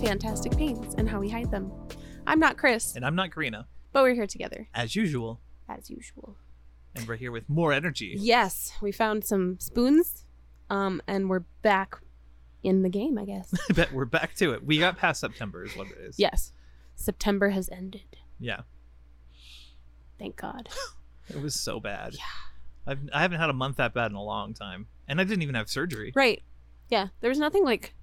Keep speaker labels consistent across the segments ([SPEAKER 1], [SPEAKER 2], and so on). [SPEAKER 1] fantastic pains and how we hide them. I'm not Chris,
[SPEAKER 2] And I'm not Karina,
[SPEAKER 1] but we're here together
[SPEAKER 2] as usual,
[SPEAKER 1] as usual.
[SPEAKER 2] and we're here with more energy.
[SPEAKER 1] Yes, we found some spoons, um, and we're back in the game, I guess.
[SPEAKER 2] I bet we're back to it. We got past September, is what it is.
[SPEAKER 1] yes, September has ended.
[SPEAKER 2] Yeah.
[SPEAKER 1] Thank God.
[SPEAKER 2] It was so bad. Yeah. I've, I haven't had a month that bad in a long time, and I didn't even have surgery.
[SPEAKER 1] Right. Yeah. There was nothing like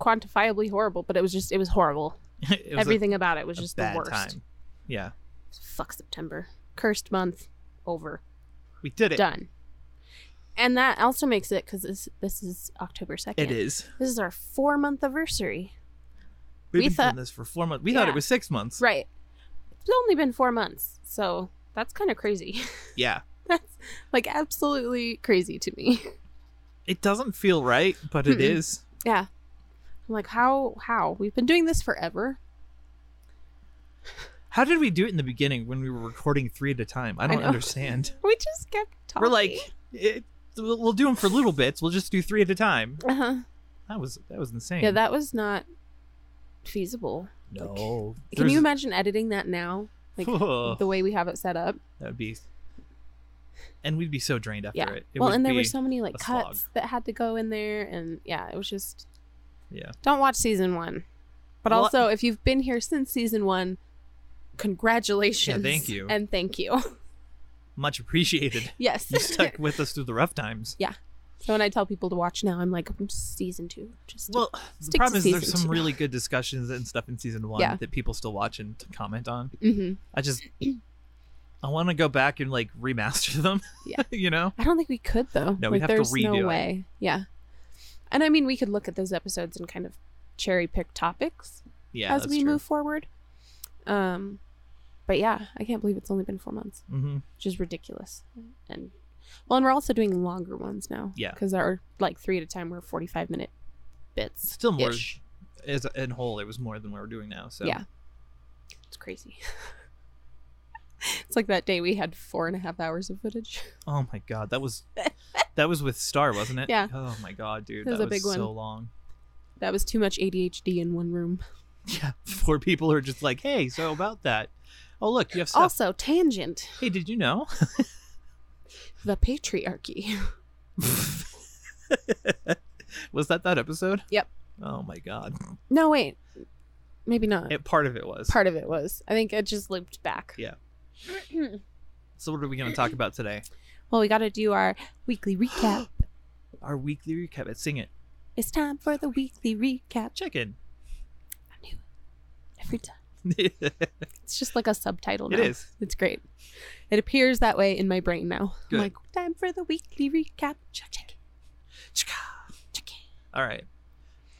[SPEAKER 1] quantifiably horrible, but it was just it was horrible.
[SPEAKER 2] it was
[SPEAKER 1] Everything about it
[SPEAKER 2] a,
[SPEAKER 1] was
[SPEAKER 2] a
[SPEAKER 1] just the
[SPEAKER 2] bad
[SPEAKER 1] worst.
[SPEAKER 2] time. Yeah.
[SPEAKER 1] Fuck September. Cursed month. Over.
[SPEAKER 2] We did it.
[SPEAKER 1] Done. And that also makes it because this this is October second.
[SPEAKER 2] It is.
[SPEAKER 1] This is our four month anniversary.
[SPEAKER 2] We've
[SPEAKER 1] We
[SPEAKER 2] been
[SPEAKER 1] thought-
[SPEAKER 2] doing this for four months. We thought
[SPEAKER 1] Yeah.
[SPEAKER 2] it was six months.
[SPEAKER 1] Right. It's only been four months, so that's kind of crazy.
[SPEAKER 2] Yeah.
[SPEAKER 1] that's like absolutely crazy to me.
[SPEAKER 2] It doesn't feel right, but it
[SPEAKER 1] Mm-mm.
[SPEAKER 2] is.
[SPEAKER 1] Yeah. I'm like, how how? We've been doing this forever.
[SPEAKER 2] How did we do it in the beginning when we were recording three at a time? I don't
[SPEAKER 1] know.
[SPEAKER 2] understand.
[SPEAKER 1] We just kept talking.
[SPEAKER 2] We're like, it, we'll we'll do them for little bits. We'll just do three at a time.
[SPEAKER 1] uh-huh.
[SPEAKER 2] That was that was insane.
[SPEAKER 1] Yeah, that was not feasible.
[SPEAKER 2] No.
[SPEAKER 1] Can you imagine editing that now? Like
[SPEAKER 2] Ugh.
[SPEAKER 1] the way we have it set up.
[SPEAKER 2] That would be. And we'd be so drained after
[SPEAKER 1] Yeah.
[SPEAKER 2] it. it
[SPEAKER 1] well,
[SPEAKER 2] would
[SPEAKER 1] and there were
[SPEAKER 2] be-
[SPEAKER 1] so many
[SPEAKER 2] a
[SPEAKER 1] like
[SPEAKER 2] slog.
[SPEAKER 1] cuts that had to go in there, and yeah, it was just
[SPEAKER 2] Yeah.
[SPEAKER 1] don't watch season one. But
[SPEAKER 2] Well-
[SPEAKER 1] also, if you've been here since season one, congratulations.
[SPEAKER 2] Yeah, thank you.
[SPEAKER 1] and thank you.
[SPEAKER 2] Much appreciated.
[SPEAKER 1] yes.
[SPEAKER 2] You stuck with us through the rough times.
[SPEAKER 1] so when I tell people to watch now, I'm like, "Mm, season two. Just
[SPEAKER 2] Well,
[SPEAKER 1] Stick
[SPEAKER 2] the
[SPEAKER 1] to
[SPEAKER 2] problem is there's
[SPEAKER 1] season
[SPEAKER 2] some
[SPEAKER 1] two.
[SPEAKER 2] really good discussions and stuff in season one
[SPEAKER 1] Yeah.
[SPEAKER 2] that people still watch and t- comment on.
[SPEAKER 1] hmm
[SPEAKER 2] I just. I want to go back and like remaster them.
[SPEAKER 1] Yeah.
[SPEAKER 2] you know?
[SPEAKER 1] I don't think we could though.
[SPEAKER 2] No,
[SPEAKER 1] like,
[SPEAKER 2] we'd have to
[SPEAKER 1] there's
[SPEAKER 2] redo
[SPEAKER 1] no
[SPEAKER 2] it.
[SPEAKER 1] way. Yeah. And I mean, we could look at those episodes and kind of cherry pick topics
[SPEAKER 2] Yeah.
[SPEAKER 1] as
[SPEAKER 2] that's
[SPEAKER 1] we
[SPEAKER 2] true.
[SPEAKER 1] move forward. Um, but yeah, I can't believe it's only been four months,
[SPEAKER 2] Mm-hmm.
[SPEAKER 1] which is ridiculous. And well, and we're also doing longer ones now.
[SPEAKER 2] Yeah.
[SPEAKER 1] because our like three at a time were forty-five minute bits.
[SPEAKER 2] Still more.
[SPEAKER 1] Ish.
[SPEAKER 2] As a, in whole, it was more than what we're doing now. So
[SPEAKER 1] Yeah. It's crazy. it's like that day we had four and a half hours of footage.
[SPEAKER 2] Oh my god, that was that was with Star, wasn't it?
[SPEAKER 1] Yeah.
[SPEAKER 2] Oh my god, dude,
[SPEAKER 1] It was
[SPEAKER 2] that
[SPEAKER 1] a big
[SPEAKER 2] was
[SPEAKER 1] one.
[SPEAKER 2] so long.
[SPEAKER 1] That was too much ADHD in one room.
[SPEAKER 2] Yeah, four people are just like, hey, so about that. Oh look, you have stuff.
[SPEAKER 1] Also, tangent
[SPEAKER 2] hey, did you know?
[SPEAKER 1] the patriarchy.
[SPEAKER 2] was that that episode?
[SPEAKER 1] Yep.
[SPEAKER 2] Oh my god,
[SPEAKER 1] No, wait, maybe not.
[SPEAKER 2] it, part of it was.
[SPEAKER 1] Part of it was. I think it just looped back.
[SPEAKER 2] Yeah. so what are we going to talk about today?
[SPEAKER 1] Well, we got to do our weekly recap.
[SPEAKER 2] Our weekly recap. Let's sing it.
[SPEAKER 1] it's time for the weekly recap.
[SPEAKER 2] Check in.
[SPEAKER 1] I knew it every time.
[SPEAKER 2] it
[SPEAKER 1] It's just like a subtitle. Now.
[SPEAKER 2] is.
[SPEAKER 1] It's great. It appears that way in my brain now.
[SPEAKER 2] Good.
[SPEAKER 1] I'm like, time for the weekly recap. Check, check,
[SPEAKER 2] Chika.
[SPEAKER 1] check. it."
[SPEAKER 2] All right.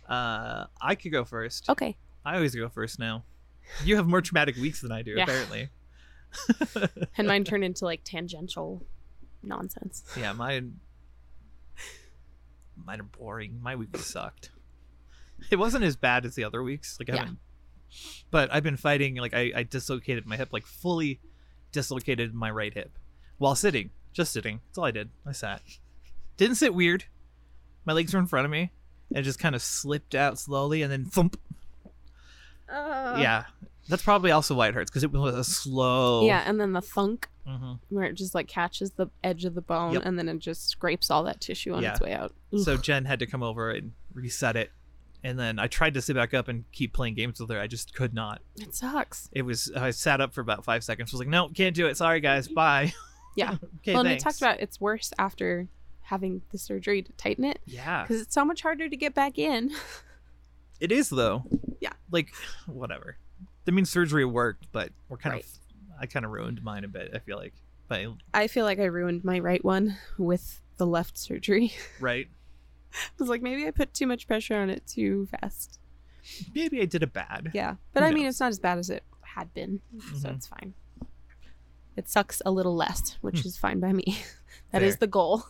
[SPEAKER 2] Uh, I could go first.
[SPEAKER 1] Okay.
[SPEAKER 2] I always go first now. You have more traumatic weeks than I do,
[SPEAKER 1] Yeah.
[SPEAKER 2] apparently.
[SPEAKER 1] And mine turned into like tangential nonsense.
[SPEAKER 2] Yeah, mine. Mine are boring. My week sucked. It wasn't as bad as the other weeks. Like I
[SPEAKER 1] Yeah.
[SPEAKER 2] haven't, but I've been fighting. Like I, I dislocated my hip, like fully dislocated my right hip, while sitting, just sitting. That's all I did. I sat. Didn't sit weird. My legs were in front of me, and it just kind of slipped out slowly, and then thump.
[SPEAKER 1] Uh. Uh-huh.
[SPEAKER 2] yeah, that's probably also why it hurts because it was a slow.
[SPEAKER 1] Yeah, and then the thunk
[SPEAKER 2] hmm
[SPEAKER 1] where it just like catches the edge of the bone
[SPEAKER 2] Yep.
[SPEAKER 1] and then it just scrapes all that tissue on
[SPEAKER 2] Yeah.
[SPEAKER 1] its way out.
[SPEAKER 2] So Jen had to come over and reset it. And then I tried to sit back up and keep playing games with her. I just could not.
[SPEAKER 1] It sucks.
[SPEAKER 2] It was I sat up for about five seconds. Was like, no, can't do it. Sorry guys, bye.
[SPEAKER 1] Yeah.
[SPEAKER 2] okay,
[SPEAKER 1] well, and we
[SPEAKER 2] thanks.
[SPEAKER 1] talked about it's worse after having the surgery to tighten it
[SPEAKER 2] Yeah,
[SPEAKER 1] because it's so much harder to get back in.
[SPEAKER 2] it is though.
[SPEAKER 1] Yeah.
[SPEAKER 2] like whatever. I mean, surgery worked, but we're kind
[SPEAKER 1] Right.
[SPEAKER 2] of I kind of ruined mine a bit. I feel like, but
[SPEAKER 1] I feel like I ruined my right one with the left surgery.
[SPEAKER 2] right,
[SPEAKER 1] I was like, maybe I put too much pressure on it too fast.
[SPEAKER 2] maybe I did it bad.
[SPEAKER 1] Yeah. But I
[SPEAKER 2] Who
[SPEAKER 1] mean, it's not as bad as it had been. So
[SPEAKER 2] Mhm.
[SPEAKER 1] it's fine. It sucks a little less, which is fine by me. That is
[SPEAKER 2] Hmm. Fair.
[SPEAKER 1] the goal.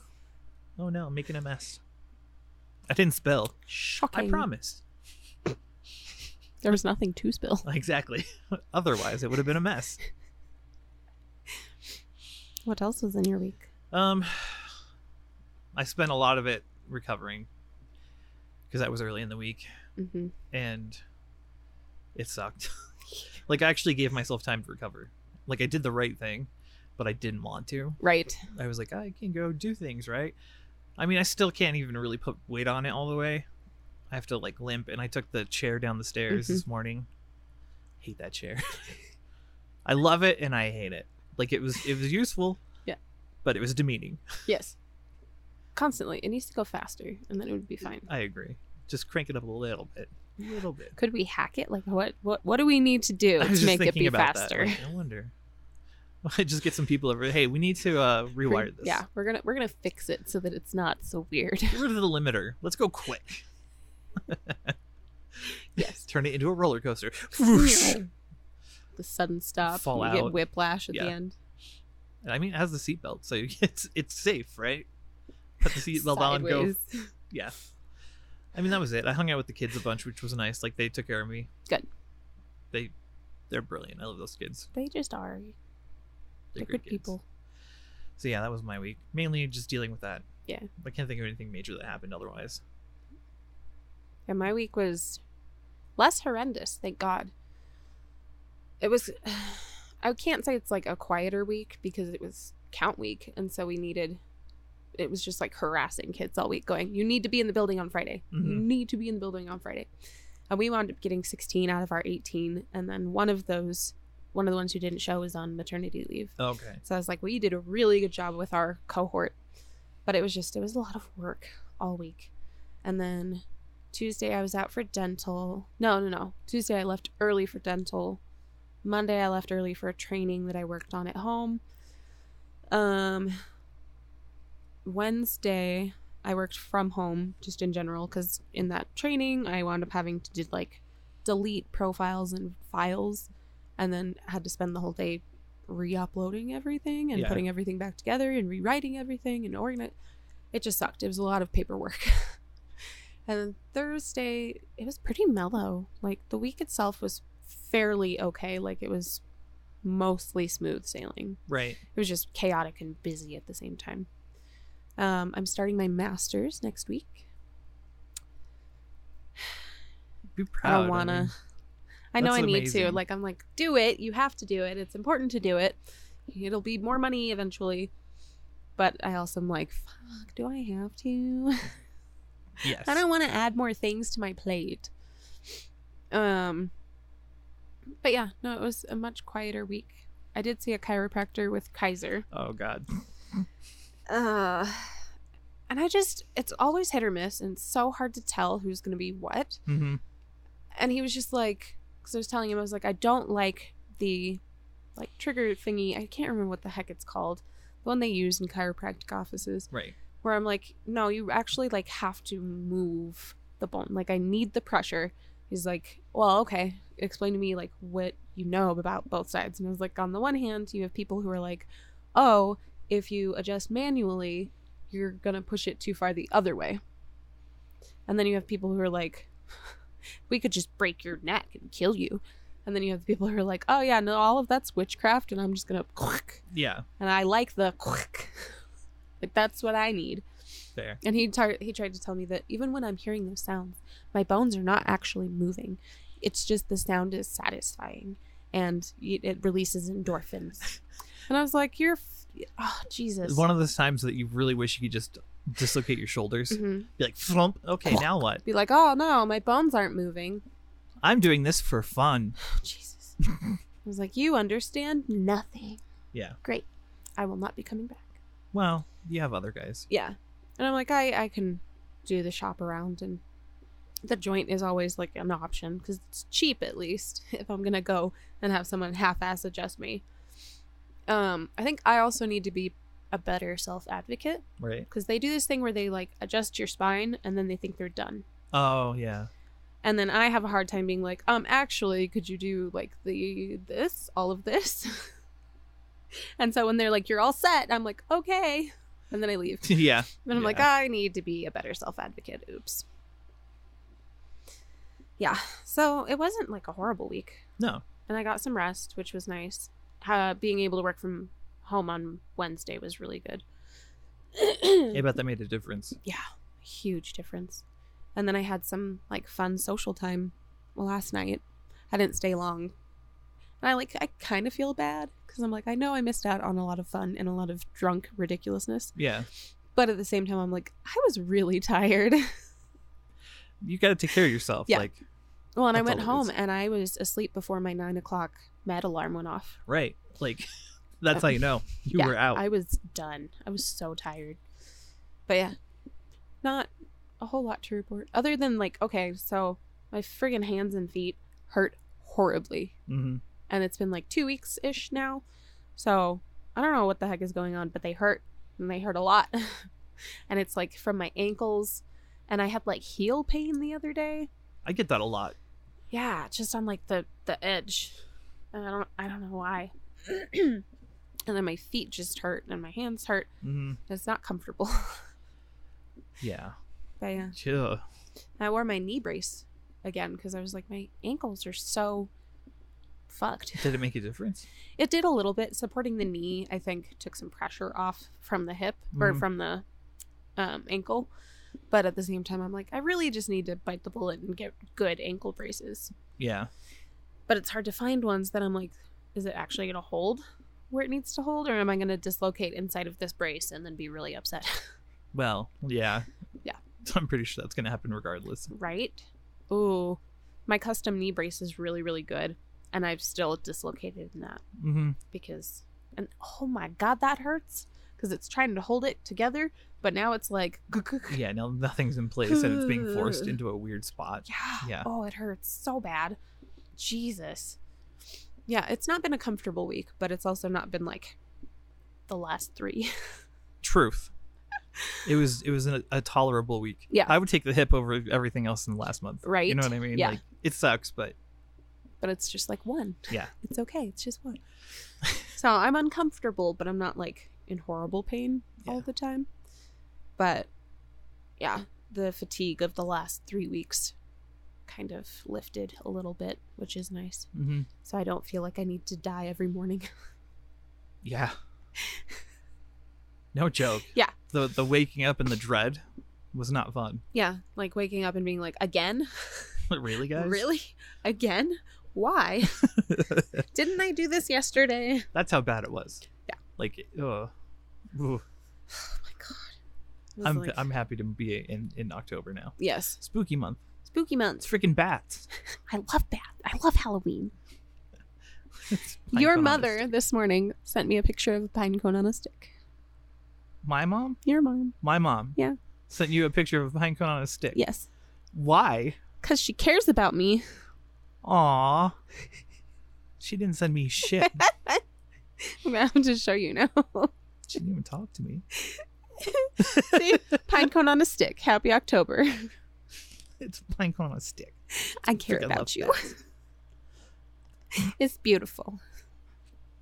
[SPEAKER 2] Oh no, I'm making a mess. I didn't spill.
[SPEAKER 1] Shocking.
[SPEAKER 2] I promise.
[SPEAKER 1] There was nothing to spill.
[SPEAKER 2] Exactly. Otherwise, it would have been a mess.
[SPEAKER 1] What else was in your week?
[SPEAKER 2] Um, I spent a lot of it recovering because that was early in the week,
[SPEAKER 1] Mm-hmm.
[SPEAKER 2] and It sucked. like I actually gave myself time to recover. Like I did the right thing, but I didn't want to.
[SPEAKER 1] Right.
[SPEAKER 2] I was like, I can go do things, right? I mean, I still can't even really put weight on it all the way. I have to like limp, and I took the chair down the stairs this morning. Hate that chair. I love it and I hate it. Like it was, it was useful.
[SPEAKER 1] Yeah.
[SPEAKER 2] But it was demeaning.
[SPEAKER 1] Yes. Constantly. It needs to go faster and then it would be fine.
[SPEAKER 2] I agree. Just crank it up a little bit, a little bit.
[SPEAKER 1] Could we hack it? Like what what what do we need to do
[SPEAKER 2] I was
[SPEAKER 1] to
[SPEAKER 2] just
[SPEAKER 1] make it
[SPEAKER 2] thinking
[SPEAKER 1] be
[SPEAKER 2] about
[SPEAKER 1] faster?
[SPEAKER 2] That. Like, I wonder. just get some people over. Hey, we need to uh, rewire this.
[SPEAKER 1] Yeah, we're gonna we're gonna fix it so that it's not so weird.
[SPEAKER 2] Get rid of the limiter. Let's go quick.
[SPEAKER 1] yes.
[SPEAKER 2] Turn it into a roller coaster. Whoosh.
[SPEAKER 1] the sudden stop.
[SPEAKER 2] Fall
[SPEAKER 1] you get
[SPEAKER 2] out.
[SPEAKER 1] whiplash at
[SPEAKER 2] Yeah.
[SPEAKER 1] the end.
[SPEAKER 2] I mean, it has the seatbelt, so it's it's safe, right? Put the seatbelt on. Go.
[SPEAKER 1] Sideways.
[SPEAKER 2] Yeah. I mean, that was it. I hung out with the kids a bunch, which was nice. Like they took care of me.
[SPEAKER 1] Good.
[SPEAKER 2] They, they're brilliant. I love those kids.
[SPEAKER 1] They just are.
[SPEAKER 2] They're,
[SPEAKER 1] They're
[SPEAKER 2] great
[SPEAKER 1] good
[SPEAKER 2] kids.
[SPEAKER 1] people.
[SPEAKER 2] So yeah, that was my week. Mainly just dealing with that.
[SPEAKER 1] Yeah.
[SPEAKER 2] I can't think of anything major that happened otherwise.
[SPEAKER 1] And my week was less horrendous, thank God. It was, I can't say it's like a quieter week because it was count week. And so we needed, it was just like harassing kids all week going, you need to be in the building on Friday. You
[SPEAKER 2] Mhm.
[SPEAKER 1] need to be in the building on Friday. And we wound up getting 16 out of our 18. And then one of those, one of the ones who didn't show was on maternity leave.
[SPEAKER 2] Okay.
[SPEAKER 1] So I was like, we did a really good job with our cohort. But it was just, it was a lot of work all week. And then Tuesday, I was out for dental. No, no, no. Tuesday, I left early for dental. Monday, I left early for a training that I worked on at home. Um, Wednesday, I worked from home just in general because in that training, I wound up having to did like delete profiles and files and then had to spend the whole day re-uploading everything and
[SPEAKER 2] Yeah.
[SPEAKER 1] putting everything back together and rewriting everything and organize it just sucked it was a lot of paperwork and then thursday it was pretty mellow like the week itself was fairly okay like it was mostly smooth sailing
[SPEAKER 2] Right.
[SPEAKER 1] it was just chaotic and busy at the same time. Um, I'm starting my master's next week.
[SPEAKER 2] Be
[SPEAKER 1] I
[SPEAKER 2] proud.
[SPEAKER 1] don't wanna. I,
[SPEAKER 2] mean,
[SPEAKER 1] know
[SPEAKER 2] that's
[SPEAKER 1] I need to.
[SPEAKER 2] amazing.
[SPEAKER 1] Like I'm like, do it. You have to do it. It's important to do it. It'll be more money eventually. But I also am like, fuck, do I have to?
[SPEAKER 2] yes.
[SPEAKER 1] I don't want to add more things to my plate. Um, but yeah, no, it was a much quieter week. I did see a chiropractor with Kaiser.
[SPEAKER 2] Oh God.
[SPEAKER 1] Uh, and I just, it's always hit or miss, and it's so hard to tell who's going to be what.
[SPEAKER 2] Mm-hmm.
[SPEAKER 1] And he was just like, because I was telling him, I was like, I don't like the like trigger thingy. I can't remember what the heck it's called. The one they use in chiropractic offices,
[SPEAKER 2] Right.
[SPEAKER 1] where I'm like, no, you actually like have to move the bone. Like, I need the pressure. He's like, well, okay, explain to me like what you know about both sides. And I was like, on the one hand, you have people who are like, oh, if you adjust manually, you're gonna push it too far the other way. And then you have people who are like, we could just break your neck and kill you. And then you have the people who are like, oh yeah, no, all of that's witchcraft, and I'm just gonna,
[SPEAKER 2] Yeah.
[SPEAKER 1] and I like the, like that's what I need.
[SPEAKER 2] Fair.
[SPEAKER 1] And he tar- he tried to tell me that even when I'm hearing those sounds, my bones are not actually moving. It's just the sound is satisfying, and y- it releases endorphins. and I was like, "You're, f- oh Jesus."
[SPEAKER 2] It's one of those times that you really wish you could just dislocate your shoulders.
[SPEAKER 1] Mhm.
[SPEAKER 2] Be like, flump. Okay, now what?
[SPEAKER 1] Be like, "Oh no, my bones aren't moving."
[SPEAKER 2] I'm doing this for fun.
[SPEAKER 1] Oh, Jesus. I was like, "You understand nothing."
[SPEAKER 2] Yeah.
[SPEAKER 1] Great. I will not be coming back.
[SPEAKER 2] Well, you have other guys.
[SPEAKER 1] Yeah. And I'm like, I, I can do the shop around and the joint is always like an option because it's cheap at least if I'm gonna go and have someone half ass adjust me. Um, I think I also need to be a better self advocate
[SPEAKER 2] Right.
[SPEAKER 1] because they do this thing where they like adjust your spine and then they think they're done.
[SPEAKER 2] Oh yeah.
[SPEAKER 1] And then I have a hard time being like, um, actually, could you do like the this, all of this? and so when they're like, you're all set, I'm like, okay. And then I leave.
[SPEAKER 2] yeah.
[SPEAKER 1] And I'm like,
[SPEAKER 2] Yeah.
[SPEAKER 1] I need to be a better self advocate. Oops. Yeah. So it wasn't like a horrible week.
[SPEAKER 2] No.
[SPEAKER 1] And I got some rest, which was nice. Uh, being able to work from home on Wednesday was really good.
[SPEAKER 2] I bet that made a difference.
[SPEAKER 1] Huge difference. And then I had some like fun social time last night. I didn't stay long. And I like I kind of feel bad because I'm like I know I missed out on a lot of fun and a lot of drunk ridiculousness,
[SPEAKER 2] Yeah.
[SPEAKER 1] but at the same time I'm like I was really tired.
[SPEAKER 2] You got to take care of yourself.
[SPEAKER 1] Yeah.
[SPEAKER 2] Like,
[SPEAKER 1] well, and I
[SPEAKER 2] That's
[SPEAKER 1] went
[SPEAKER 2] all it
[SPEAKER 1] home
[SPEAKER 2] is.
[SPEAKER 1] and I was asleep before my nine o'clock med alarm went off.
[SPEAKER 2] right. Like, that's how you know you
[SPEAKER 1] Yeah,
[SPEAKER 2] were out.
[SPEAKER 1] I was done. I was so tired. But yeah, not a whole lot to report other than like okay, so my friggin' hands and feet hurt horribly.
[SPEAKER 2] hmm
[SPEAKER 1] and it's been like two weeks ish now. So I don't know what the heck is going on, but they hurt and they hurt a lot. and it's like from my ankles, and I had like heel pain the other day.
[SPEAKER 2] I get that a lot.
[SPEAKER 1] Yeah, just on like the the edge. And I don't I don't know why. and then my feet just hurt and my hands hurt.
[SPEAKER 2] hmm
[SPEAKER 1] It's not comfortable.
[SPEAKER 2] Yeah.
[SPEAKER 1] but yeah,
[SPEAKER 2] Chill.
[SPEAKER 1] I wore my knee brace again because I was like my ankles are so fucked.
[SPEAKER 2] Did it make a difference?
[SPEAKER 1] It did a little bit. Supporting the knee, I think, took some pressure off from the hip or
[SPEAKER 2] Mhm.
[SPEAKER 1] from the um, ankle. But at the same time, I'm like, I really just need to bite the bullet and get good ankle braces.
[SPEAKER 2] Yeah.
[SPEAKER 1] But it's hard to find ones that I'm like, is it actually going to hold where it needs to hold? Or am I going to dislocate inside of this brace and then be really upset?
[SPEAKER 2] Well, yeah.
[SPEAKER 1] Yeah.
[SPEAKER 2] I'm pretty sure that's going to happen regardless.
[SPEAKER 1] right? Ooh, my custom knee brace is really, really good. And I've still dislocated in that.
[SPEAKER 2] hmm
[SPEAKER 1] because and oh my god that hurts because it's trying to hold it together but now it's like yeah.
[SPEAKER 2] Yeah. Now nothing's in place and it's being forced into a weird spot. Yeah.
[SPEAKER 1] oh it hurts so bad jesus yeah it's not been a comfortable week but it's also not been like the last three
[SPEAKER 2] Truth. It was it was an, a tolerable week.
[SPEAKER 1] Yeah.
[SPEAKER 2] I would take the hip over everything else in the last month.
[SPEAKER 1] Right.
[SPEAKER 2] You know what I mean?
[SPEAKER 1] Yeah.
[SPEAKER 2] Like, it sucks, but
[SPEAKER 1] but it's just like one
[SPEAKER 2] Yeah.
[SPEAKER 1] it's okay it's just one so i'm uncomfortable but i'm not like in horrible pain all
[SPEAKER 2] Yeah.
[SPEAKER 1] the time but yeah the fatigue of the last three weeks kind of lifted a little bit which is nice
[SPEAKER 2] mhm.
[SPEAKER 1] so I don't feel like I need to die every morning.
[SPEAKER 2] yeah. No joke.
[SPEAKER 1] Yeah.
[SPEAKER 2] The the waking up and the dread was not fun.
[SPEAKER 1] yeah, like waking up and being like, again?
[SPEAKER 2] really, guys?
[SPEAKER 1] Really? Again? Why? Didn't I do this yesterday?
[SPEAKER 2] That's how bad it was.
[SPEAKER 1] Yeah.
[SPEAKER 2] Like, ugh. Ooh.
[SPEAKER 1] Oh my god. It was
[SPEAKER 2] I'm
[SPEAKER 1] like-
[SPEAKER 2] I'm happy to be in in October now.
[SPEAKER 1] yes,
[SPEAKER 2] Spooky month.
[SPEAKER 1] spooky
[SPEAKER 2] It's
[SPEAKER 1] month.
[SPEAKER 2] freaking bats.
[SPEAKER 1] I love that. I love Halloween.
[SPEAKER 2] It's pine
[SPEAKER 1] Your
[SPEAKER 2] cone on a
[SPEAKER 1] mother
[SPEAKER 2] stick.
[SPEAKER 1] this morning sent me a picture of a pine cone on a stick.
[SPEAKER 2] My mom.
[SPEAKER 1] Your mom?
[SPEAKER 2] My mom.
[SPEAKER 1] Yeah.
[SPEAKER 2] Sent you a picture of a pine cone on a stick.
[SPEAKER 1] Yes,
[SPEAKER 2] Why?
[SPEAKER 1] because she cares about me.
[SPEAKER 2] Aw. She didn't send me shit.
[SPEAKER 1] I'm gonna have to show you now.
[SPEAKER 2] she didn't even talk to me.
[SPEAKER 1] See, pine cone on a stick. Happy October.
[SPEAKER 2] It's a pine cone on a stick.
[SPEAKER 1] I care
[SPEAKER 2] Freaking
[SPEAKER 1] about
[SPEAKER 2] love
[SPEAKER 1] you. it's beautiful.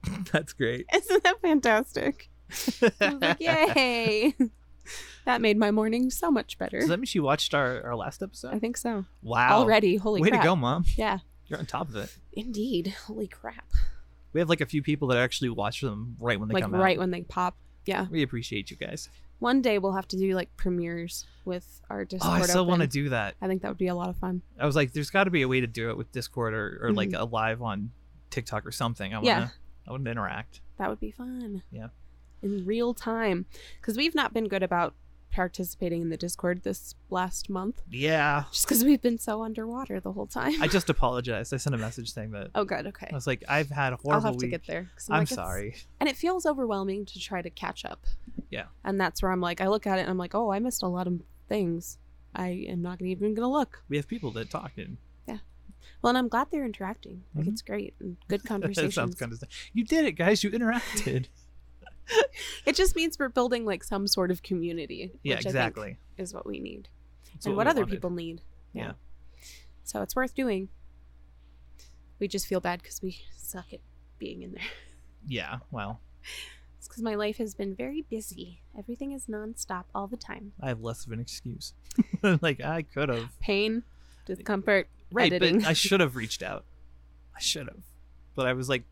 [SPEAKER 2] That's great.
[SPEAKER 1] Isn't that fantastic? I was like, yay! that made my morning so much better.
[SPEAKER 2] Does that mean she watched our, our last
[SPEAKER 1] I
[SPEAKER 2] episode?
[SPEAKER 1] think so.
[SPEAKER 2] Wow.
[SPEAKER 1] Already, holy
[SPEAKER 2] Way
[SPEAKER 1] crap!
[SPEAKER 2] to go, mom.
[SPEAKER 1] Yeah,
[SPEAKER 2] You're on top of it.
[SPEAKER 1] indeed, holy crap!
[SPEAKER 2] We have like a few people that actually watch them right when they
[SPEAKER 1] like
[SPEAKER 2] come
[SPEAKER 1] right
[SPEAKER 2] out.
[SPEAKER 1] when they pop. Yeah,
[SPEAKER 2] we appreciate you guys.
[SPEAKER 1] one day we'll have to do like premieres with our
[SPEAKER 2] Oh,
[SPEAKER 1] Discord.
[SPEAKER 2] I still want to
[SPEAKER 1] open.
[SPEAKER 2] do that.
[SPEAKER 1] I think that would be a lot of fun.
[SPEAKER 2] I was like, there's got to be a way to do it with Discord or, or like a live on TikTok or something. I wanna,
[SPEAKER 1] Mm-hmm. Yeah.
[SPEAKER 2] I want to interact.
[SPEAKER 1] That would be fun.
[SPEAKER 2] Yeah.
[SPEAKER 1] in real time, because we've not been good about participating in the Discord this last month,
[SPEAKER 2] Yeah.
[SPEAKER 1] just because we've been so underwater the whole time.
[SPEAKER 2] I just apologized. I sent a message saying that.
[SPEAKER 1] oh, good. Okay,
[SPEAKER 2] I was like, I've had a
[SPEAKER 1] I'll
[SPEAKER 2] horrible
[SPEAKER 1] have to
[SPEAKER 2] week.
[SPEAKER 1] get there. 'cause
[SPEAKER 2] I'm
[SPEAKER 1] like, it's-
[SPEAKER 2] sorry.
[SPEAKER 1] and it feels overwhelming to try to catch up.
[SPEAKER 2] Yeah.
[SPEAKER 1] And that's where I'm like, I look at it and I'm like, oh, I missed a lot of things. I am not gonna- even going to look.
[SPEAKER 2] We have people that talk in.
[SPEAKER 1] Well, and I'm glad they're interacting. Like,
[SPEAKER 2] Mhm.
[SPEAKER 1] it's great and good
[SPEAKER 2] That
[SPEAKER 1] conversations.
[SPEAKER 2] sounds kind of. You did it, guys. You interacted.
[SPEAKER 1] It just means we're building like some sort of community.
[SPEAKER 2] yeah,
[SPEAKER 1] which I
[SPEAKER 2] exactly.
[SPEAKER 1] think is what we need
[SPEAKER 2] That's
[SPEAKER 1] and
[SPEAKER 2] we
[SPEAKER 1] what other
[SPEAKER 2] wanted.
[SPEAKER 1] people need.
[SPEAKER 2] Yeah.
[SPEAKER 1] So it's worth doing. We just feel bad because we suck at being in there.
[SPEAKER 2] Yeah. Well,
[SPEAKER 1] It's because my life has been very busy. Everything is nonstop all the time.
[SPEAKER 2] I have less of an excuse. like I could have.
[SPEAKER 1] Pain, discomfort,
[SPEAKER 2] Right,
[SPEAKER 1] editing.
[SPEAKER 2] but I should have reached out. I should have. But I was like,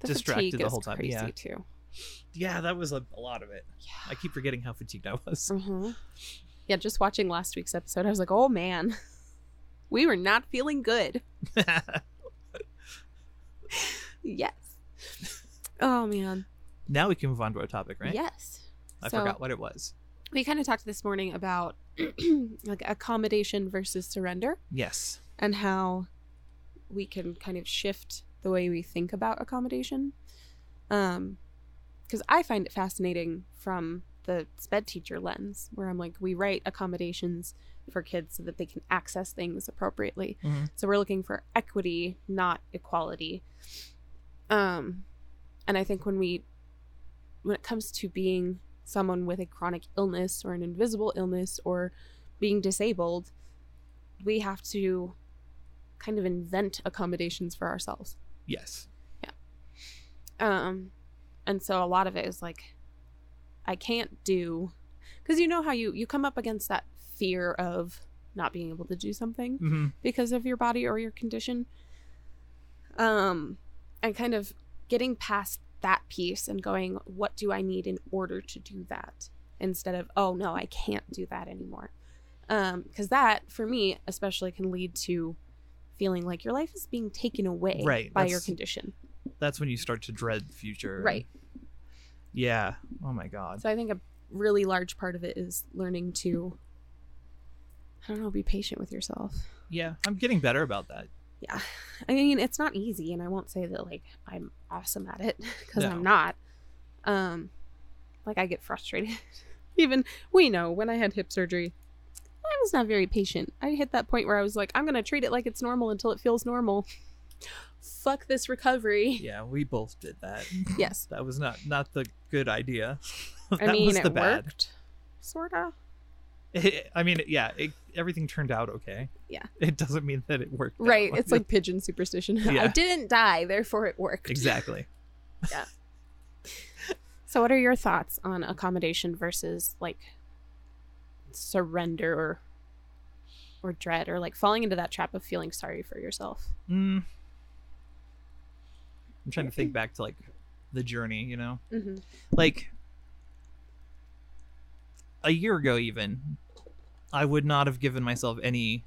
[SPEAKER 1] the
[SPEAKER 2] distracted
[SPEAKER 1] fatigue
[SPEAKER 2] the
[SPEAKER 1] is
[SPEAKER 2] whole time,
[SPEAKER 1] Crazy
[SPEAKER 2] yeah.
[SPEAKER 1] too.
[SPEAKER 2] yeah, that was a, a lot of it. I keep forgetting how fatigued I was.
[SPEAKER 1] Mhm. Yeah, just watching last week's episode, I was like, oh man, we were not feeling good. yes. Oh man.
[SPEAKER 2] Now we can move on to our topic, right?
[SPEAKER 1] Yes.
[SPEAKER 2] I
[SPEAKER 1] So-
[SPEAKER 2] forgot what it was.
[SPEAKER 1] We kind of talked this morning about like accommodation versus surrender
[SPEAKER 2] Yes.
[SPEAKER 1] and how we can kind of shift the way we think about accommodation. Um, because I find it fascinating from the sped teacher lens, where I'm like, we write accommodations for kids so that they can access things appropriately.
[SPEAKER 2] Mhm.
[SPEAKER 1] So we're looking for equity, not equality. Um, and I think when we, when it comes to being someone with a chronic illness or an invisible illness or being disabled, we have to kind of invent accommodations for ourselves.
[SPEAKER 2] Yes.
[SPEAKER 1] Um, and so a lot of it is like, I can't do, because you know how you you come up against that fear of not being able to do something
[SPEAKER 2] hmm
[SPEAKER 1] because of your body or your condition. Um, and kind of getting past that piece and going, what do I need in order to do that? Instead of, oh no, I can't do that anymore. Um, because that for me especially can lead to feeling like your life is being taken away
[SPEAKER 2] Right,
[SPEAKER 1] by your
[SPEAKER 2] that's-
[SPEAKER 1] condition.
[SPEAKER 2] That's when you start to dread the future.
[SPEAKER 1] Right.
[SPEAKER 2] Yeah. Oh my God.
[SPEAKER 1] So I think a really large part of it is learning to, I don't know, be patient with yourself.
[SPEAKER 2] Yeah. I'm getting better about that.
[SPEAKER 1] yeah i mean it's not easy and i won't say that like i'm awesome at it because
[SPEAKER 2] No.
[SPEAKER 1] i'm not um like i get frustrated even we know when i had hip surgery i was not very patient i hit that point where i was like i'm gonna treat it like it's normal until it feels normal fuck this recovery
[SPEAKER 2] Yeah. We both did that.
[SPEAKER 1] yes
[SPEAKER 2] That was not not the good idea. that
[SPEAKER 1] i mean
[SPEAKER 2] was the
[SPEAKER 1] it
[SPEAKER 2] bad.
[SPEAKER 1] worked sorta
[SPEAKER 2] I mean, yeah. It, everything turned out okay.
[SPEAKER 1] Yeah.
[SPEAKER 2] It doesn't mean that it worked. out.
[SPEAKER 1] right it's like pigeon superstition i
[SPEAKER 2] Yeah.
[SPEAKER 1] didn't die therefore it worked
[SPEAKER 2] exactly.
[SPEAKER 1] So, what are your thoughts on accommodation versus like surrender or or dread or like falling into that trap of feeling sorry for yourself?
[SPEAKER 2] Mm. I'm trying to think back to like the journey, you know?
[SPEAKER 1] Mm-hmm.
[SPEAKER 2] Like a year ago even, I would not have given myself any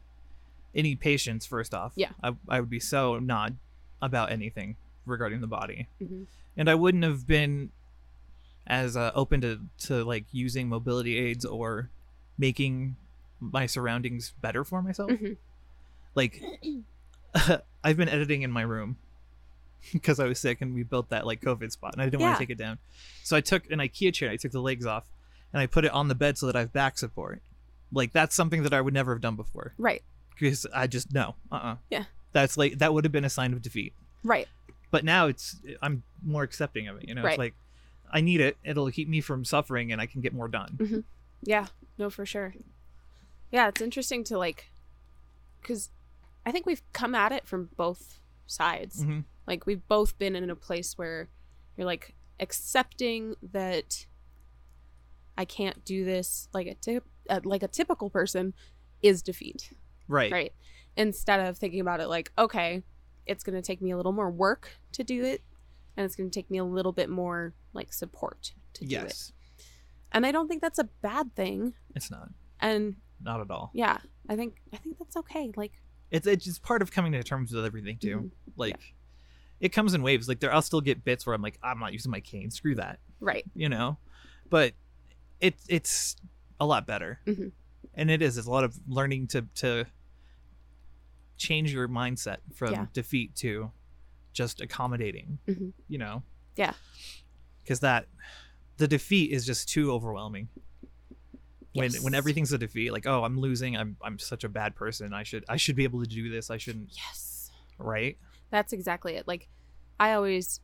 [SPEAKER 2] any patience first off.
[SPEAKER 1] Yeah.
[SPEAKER 2] I I would be so not about anything regarding the body.
[SPEAKER 1] Mhm.
[SPEAKER 2] And I wouldn't have been as uh, open to to like using mobility aids or making my surroundings better for myself
[SPEAKER 1] Mhm.
[SPEAKER 2] like I've been editing in my room because I was sick and we built that like COVID spot and I didn't want
[SPEAKER 1] Yeah.
[SPEAKER 2] to take it down. So I took an IKEA chair, I took the legs off and I put it on the bed so that I have back support. Like that's something that I would never have done before
[SPEAKER 1] Right,
[SPEAKER 2] because I just no. Uh-uh.
[SPEAKER 1] Yeah.
[SPEAKER 2] That's like that would have been a sign of defeat.
[SPEAKER 1] right,
[SPEAKER 2] But now it's I'm more accepting of it, you know.
[SPEAKER 1] Right.
[SPEAKER 2] It's like I need it. It'll keep me from suffering and I can get more done.
[SPEAKER 1] yeah, no, for sure. Yeah, it's interesting to like because I think we've come at it from both sides.
[SPEAKER 2] hmm
[SPEAKER 1] Like we've both been in a place where you're like accepting that I can't do this like a tip uh, like a typical person is defeat.
[SPEAKER 2] Right.
[SPEAKER 1] Right. Instead of thinking about it like, okay, it's going to take me a little more work to do it and it's going to take me a little bit more like support to do it.
[SPEAKER 2] Yes.
[SPEAKER 1] And I don't think that's a bad thing.
[SPEAKER 2] It's not.
[SPEAKER 1] And
[SPEAKER 2] Not at all.
[SPEAKER 1] yeah, I think I think that's okay. Like
[SPEAKER 2] It's it's just part of coming to terms with everything too.
[SPEAKER 1] mhm,
[SPEAKER 2] like it comes in waves like there i'll still get bits where i'm like i'm not using my cane screw that
[SPEAKER 1] right.
[SPEAKER 2] you know but it it's a lot better
[SPEAKER 1] Mhm.
[SPEAKER 2] and it is it's a lot of learning to to change your mindset from
[SPEAKER 1] Yeah.
[SPEAKER 2] defeat to just accommodating
[SPEAKER 1] Mhm.
[SPEAKER 2] you know
[SPEAKER 1] Yeah.
[SPEAKER 2] because that the defeat is just too overwhelming when
[SPEAKER 1] Yes.
[SPEAKER 2] when everything's a defeat like oh i'm losing i'm i'm such a bad person i should i should be able to do this i shouldn't
[SPEAKER 1] Yes.
[SPEAKER 2] right
[SPEAKER 1] That's exactly it. Like I always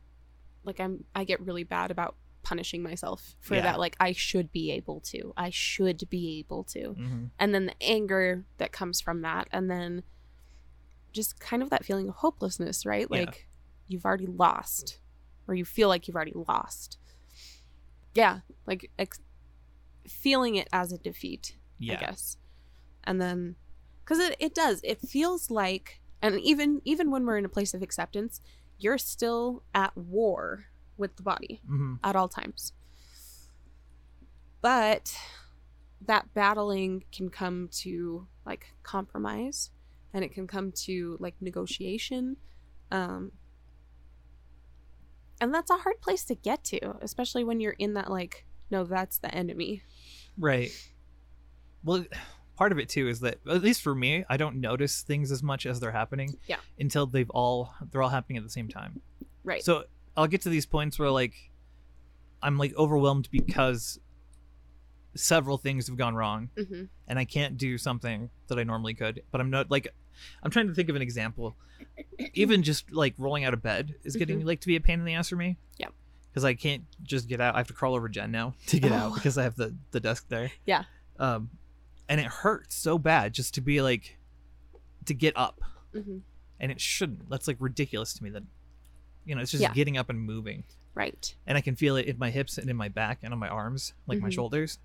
[SPEAKER 1] like I'm I get really bad about punishing myself for
[SPEAKER 2] Yeah.
[SPEAKER 1] that like I should be able to. I should be able to.
[SPEAKER 2] mm-hmm.
[SPEAKER 1] and then the anger that comes from that and then just kind of that feeling of hopelessness right
[SPEAKER 2] Yeah.
[SPEAKER 1] like you've already lost or you feel like you've already lost yeah like ex- feeling it as a defeat
[SPEAKER 2] yeah
[SPEAKER 1] i guess and then because it, it does it feels like and even even when we're in a place of acceptance you're still at war with the body
[SPEAKER 2] mm-hmm.
[SPEAKER 1] at all times. But that battling can come to like compromise and it can come to like negotiation. Um, and that's a hard place to get to, especially when you're in that like, no, that's the enemy.
[SPEAKER 2] Right. Well, part of it too is that at least for me, I don't notice things as much as they're happening.
[SPEAKER 1] Yeah.
[SPEAKER 2] Until they've all they're all happening at the same time.
[SPEAKER 1] Right.
[SPEAKER 2] So I'll get to these points where like I'm like overwhelmed because several things have gone wrong
[SPEAKER 1] mm-hmm.
[SPEAKER 2] and I can't do something that I normally could. But I'm not like I'm trying to think of an example. Even just like rolling out of bed is getting
[SPEAKER 1] Mm-hmm.
[SPEAKER 2] like to be a pain in the ass for me.
[SPEAKER 1] Yep.
[SPEAKER 2] Because I can't just get out. I have to crawl over Jen now to get out
[SPEAKER 1] Oh.
[SPEAKER 2] because I have the the desk there.
[SPEAKER 1] Yeah.
[SPEAKER 2] Um, and it hurts so bad just to be like to get up,
[SPEAKER 1] Mm-hmm.
[SPEAKER 2] and it shouldn't. That's like ridiculous to me that you know it's just
[SPEAKER 1] Yeah.
[SPEAKER 2] getting up and moving,
[SPEAKER 1] Right.
[SPEAKER 2] and I can feel it in my hips and in my back and on my arms, like my
[SPEAKER 1] Mhm.
[SPEAKER 2] shoulders.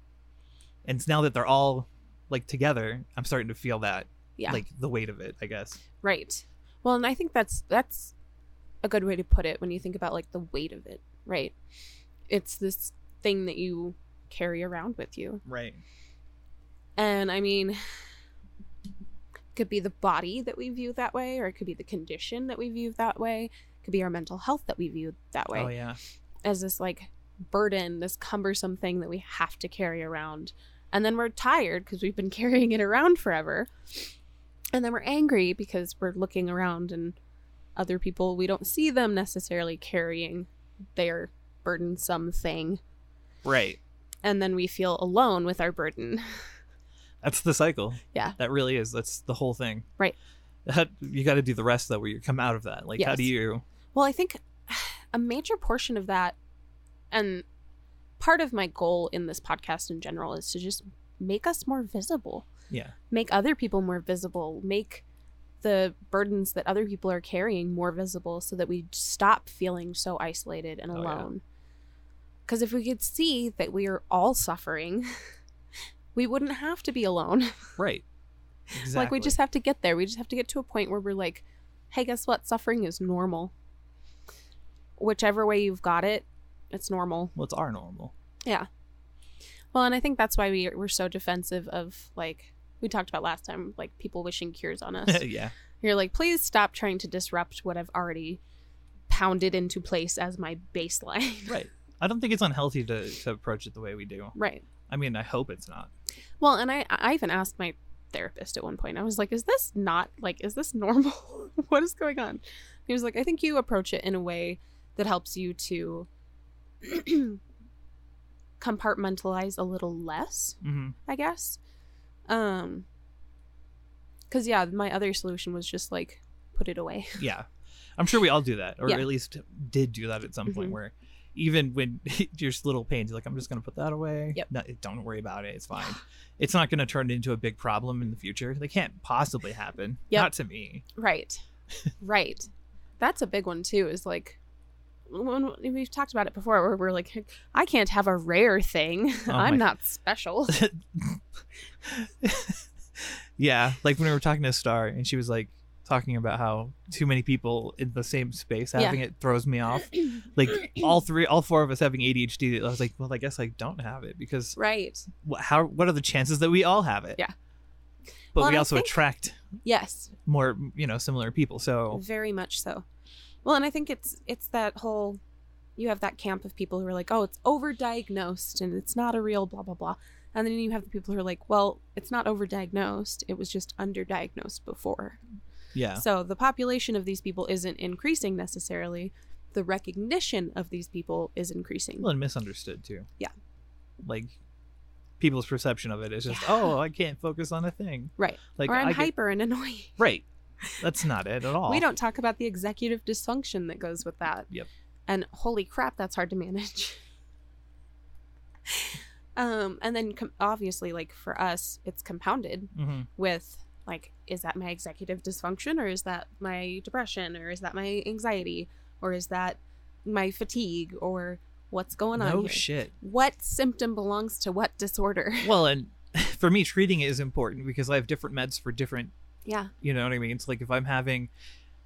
[SPEAKER 2] And it's now that they're all like together, I'm starting to feel that
[SPEAKER 1] Yeah.
[SPEAKER 2] like the weight of it, I guess.
[SPEAKER 1] Right. Well, and I think that's that's a good way to put it when you think about like the weight of it, right? It's this thing that you carry around with you.
[SPEAKER 2] Right.
[SPEAKER 1] And I mean could be the body that we view that way or it could be the condition that we view that way. It could be our mental health that we view that way
[SPEAKER 2] Oh yeah.
[SPEAKER 1] as this like burden, this cumbersome thing that we have to carry around. And then we're tired because we've been carrying it around forever. And then we're angry because we're looking around and other people, we don't see them necessarily carrying their burdensome thing.
[SPEAKER 2] Right.
[SPEAKER 1] And then we feel alone with our burden.
[SPEAKER 2] That's the cycle.
[SPEAKER 1] Yeah.
[SPEAKER 2] That really is. That's the whole thing.
[SPEAKER 1] Right.
[SPEAKER 2] How- you got to do the rest though, where you come out of that. Like, how
[SPEAKER 1] Yes.
[SPEAKER 2] do you?
[SPEAKER 1] Well, I think a major portion of that, and part of my goal in this podcast in general, is to just make us more visible.
[SPEAKER 2] Yeah.
[SPEAKER 1] make other people more visible, make the burdens that other people are carrying more visible so that we stop feeling so isolated and
[SPEAKER 2] Oh, yeah.
[SPEAKER 1] alone. Because if we could see that we are all suffering, we wouldn't have to be alone.
[SPEAKER 2] Right. Exactly.
[SPEAKER 1] Like, we just have to get there. We just have to get to a point where we're like, hey, guess what? Suffering is normal. Whichever way you've got it, it's normal.
[SPEAKER 2] Well, it's our normal.
[SPEAKER 1] Well, and I think that's why we were so defensive of, like, we talked about last time, like people wishing cures on us.
[SPEAKER 2] yeah.
[SPEAKER 1] You're like, please stop trying to disrupt what I've already pounded into place as my baseline.
[SPEAKER 2] Right. I don't think it's unhealthy to, to approach it the way we do.
[SPEAKER 1] right.
[SPEAKER 2] I mean, I hope it's not.
[SPEAKER 1] Well, and I I even asked my therapist at one point. I was like, is this not like is this normal? what is going on? He was like, I think you approach it in a way that helps you to compartmentalize a little less.
[SPEAKER 2] Mm-hmm.
[SPEAKER 1] I guess. Um cuz yeah, my other solution was just like put it away.
[SPEAKER 2] yeah i'm sure we all do that or
[SPEAKER 1] Yeah.
[SPEAKER 2] at least did do that at some point
[SPEAKER 1] Mhm.
[SPEAKER 2] where even when your little pains you're like i'm just gonna put that away
[SPEAKER 1] Yep.
[SPEAKER 2] no, don't worry about it it's fine it's not gonna turn into a big problem in the future they can't possibly happen
[SPEAKER 1] Yep.
[SPEAKER 2] not to me
[SPEAKER 1] Right. right. That's a big one too is like when when- we've talked about it before where we're like I can't have a rare thing.
[SPEAKER 2] Oh my-
[SPEAKER 1] I'm not special.
[SPEAKER 2] yeah like when we were talking to star and she was like talking about how too many people in the same space
[SPEAKER 1] Yeah.
[SPEAKER 2] having it throws me off like all three all four of us having adhd i was like well i guess i don't have it because
[SPEAKER 1] right.
[SPEAKER 2] wh- how what are the chances that we all have it?
[SPEAKER 1] Yeah.
[SPEAKER 2] But
[SPEAKER 1] Well,
[SPEAKER 2] we
[SPEAKER 1] and I
[SPEAKER 2] also
[SPEAKER 1] think-
[SPEAKER 2] attract
[SPEAKER 1] Yes,
[SPEAKER 2] more, you know, similar people. So
[SPEAKER 1] very much so. Well, and I think it's it's that whole you have that camp of people who are like, "Oh, it's overdiagnosed and it's not a real blah blah blah." And then you have the people who are like, "Well, it's not overdiagnosed. It was just underdiagnosed before."
[SPEAKER 2] yeah,
[SPEAKER 1] So the population of these people isn't increasing necessarily. The recognition of these people is increasing.
[SPEAKER 2] well, and misunderstood too.
[SPEAKER 1] Yeah.
[SPEAKER 2] Like people's perception of it is just,
[SPEAKER 1] Yeah.
[SPEAKER 2] oh, I can't focus on a thing.
[SPEAKER 1] right.
[SPEAKER 2] Like
[SPEAKER 1] or I'm
[SPEAKER 2] I get-
[SPEAKER 1] hyper and annoying.
[SPEAKER 2] right. That's not it at all.
[SPEAKER 1] We don't talk about the executive dysfunction that goes with that.
[SPEAKER 2] Yep.
[SPEAKER 1] And holy crap, that's hard to manage. um, and then com- obviously, like for us, it's compounded
[SPEAKER 2] hmm
[SPEAKER 1] with like, is that my executive dysfunction, or is that my depression, or is that my anxiety, or is that my fatigue, or what's going on?
[SPEAKER 2] No
[SPEAKER 1] here?
[SPEAKER 2] shit.
[SPEAKER 1] what symptom belongs to what disorder?
[SPEAKER 2] Well, and for me, treating it is important because I have different meds for different.
[SPEAKER 1] yeah.
[SPEAKER 2] You know what I mean? It's like if I'm having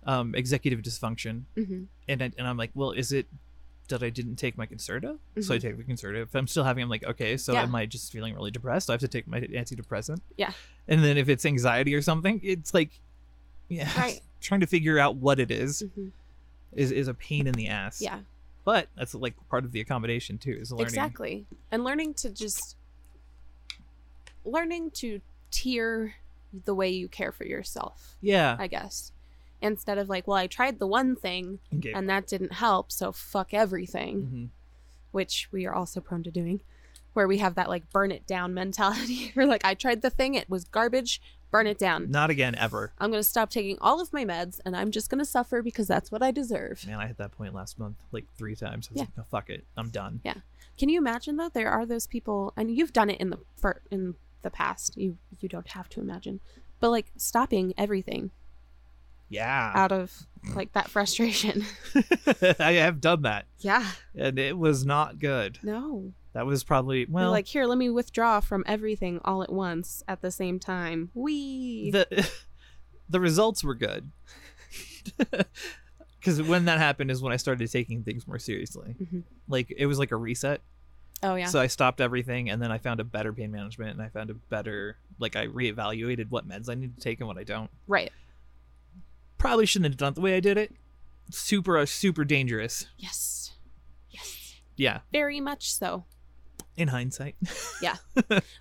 [SPEAKER 2] um, executive dysfunction,
[SPEAKER 1] hmm
[SPEAKER 2] and I, and I'm like, well, is it that I didn't take my Concerta? So I take the Concerta. If I'm still having, I'm like, okay, so
[SPEAKER 1] Mm-hmm. Yeah.
[SPEAKER 2] am I just feeling really depressed? Do I have to take my antidepressant.
[SPEAKER 1] Yeah.
[SPEAKER 2] And then if it's anxiety or something, it's like, yeah,
[SPEAKER 1] Right.
[SPEAKER 2] trying to figure out what it is
[SPEAKER 1] Mhm.
[SPEAKER 2] is is a pain in the ass.
[SPEAKER 1] Yeah.
[SPEAKER 2] But that's like part of the accommodation too, is learning.
[SPEAKER 1] Exactly. And learning to just learning to tier the way you care for yourself,
[SPEAKER 2] Yeah.
[SPEAKER 1] I guess. Instead of like, well, I tried the one thing
[SPEAKER 2] Okay.
[SPEAKER 1] and that didn't help, so fuck everything,
[SPEAKER 2] Mhm.
[SPEAKER 1] which we are also prone to doing, where we have that like burn it down mentality. We're like, I tried the thing, it was garbage, burn it down.
[SPEAKER 2] Not again ever.
[SPEAKER 1] I'm going to stop taking all of my meds and I'm just going to suffer because that's what I deserve.
[SPEAKER 2] Man, I hit that point last month like three times. I was
[SPEAKER 1] Yeah.
[SPEAKER 2] like, no, fuck it. I'm done.
[SPEAKER 1] Can you imagine though? There are those people, and you've done it in the for, in the past. You you don't have to imagine, but like stopping everything
[SPEAKER 2] Yeah.
[SPEAKER 1] out of like that frustration. Uh,
[SPEAKER 2] I have done that.
[SPEAKER 1] yeah.
[SPEAKER 2] And it was not good.
[SPEAKER 1] No.
[SPEAKER 2] That was probably
[SPEAKER 1] You're
[SPEAKER 2] well
[SPEAKER 1] like here, let me withdraw from everything all at once at the same time. We.
[SPEAKER 2] the the results were good. Cause when that happened is when I started taking things more seriously.
[SPEAKER 1] Mhm.
[SPEAKER 2] Like it was like a reset.
[SPEAKER 1] oh yeah.
[SPEAKER 2] So I stopped everything and then I found a better pain management and I found a better like I reevaluated what meds I need to take and what I don't.
[SPEAKER 1] right.
[SPEAKER 2] Probably shouldn't have done it the way I did it. Super uh, super dangerous.
[SPEAKER 1] Yes. Yes.
[SPEAKER 2] Yeah,
[SPEAKER 1] Very much so.
[SPEAKER 2] in hindsight.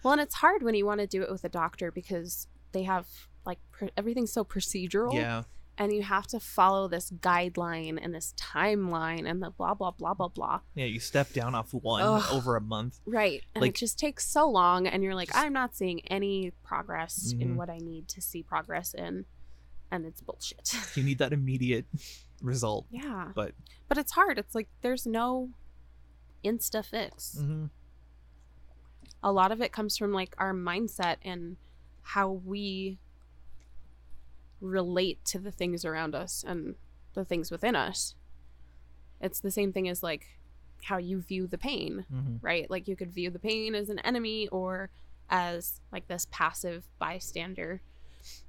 [SPEAKER 1] Well, and it's hard when you want to do it with a doctor because they have like pr- everything's so procedural.
[SPEAKER 2] yeah.
[SPEAKER 1] and you have to follow this guideline and this timeline and the blah blah blah blah blah.
[SPEAKER 2] Yeah, you step down off one
[SPEAKER 1] Ugh.
[SPEAKER 2] over a month.
[SPEAKER 1] Right. And
[SPEAKER 2] Like-
[SPEAKER 1] it just takes so long and you're like
[SPEAKER 2] Just-
[SPEAKER 1] I'm not seeing any progress
[SPEAKER 2] Mhm.
[SPEAKER 1] in what I need to see progress in and it's bullshit.
[SPEAKER 2] You need that immediate result.
[SPEAKER 1] yeah.
[SPEAKER 2] But-
[SPEAKER 1] but it's hard. It's like there's no insta fix.
[SPEAKER 2] Mm-hmm.
[SPEAKER 1] A lot of it comes from like our mindset and how we relate to the things around us and the things within us. It's the same thing as like how you view the pain,
[SPEAKER 2] Mm-hmm.
[SPEAKER 1] right? Like you could view the pain as an enemy or as like this passive bystander,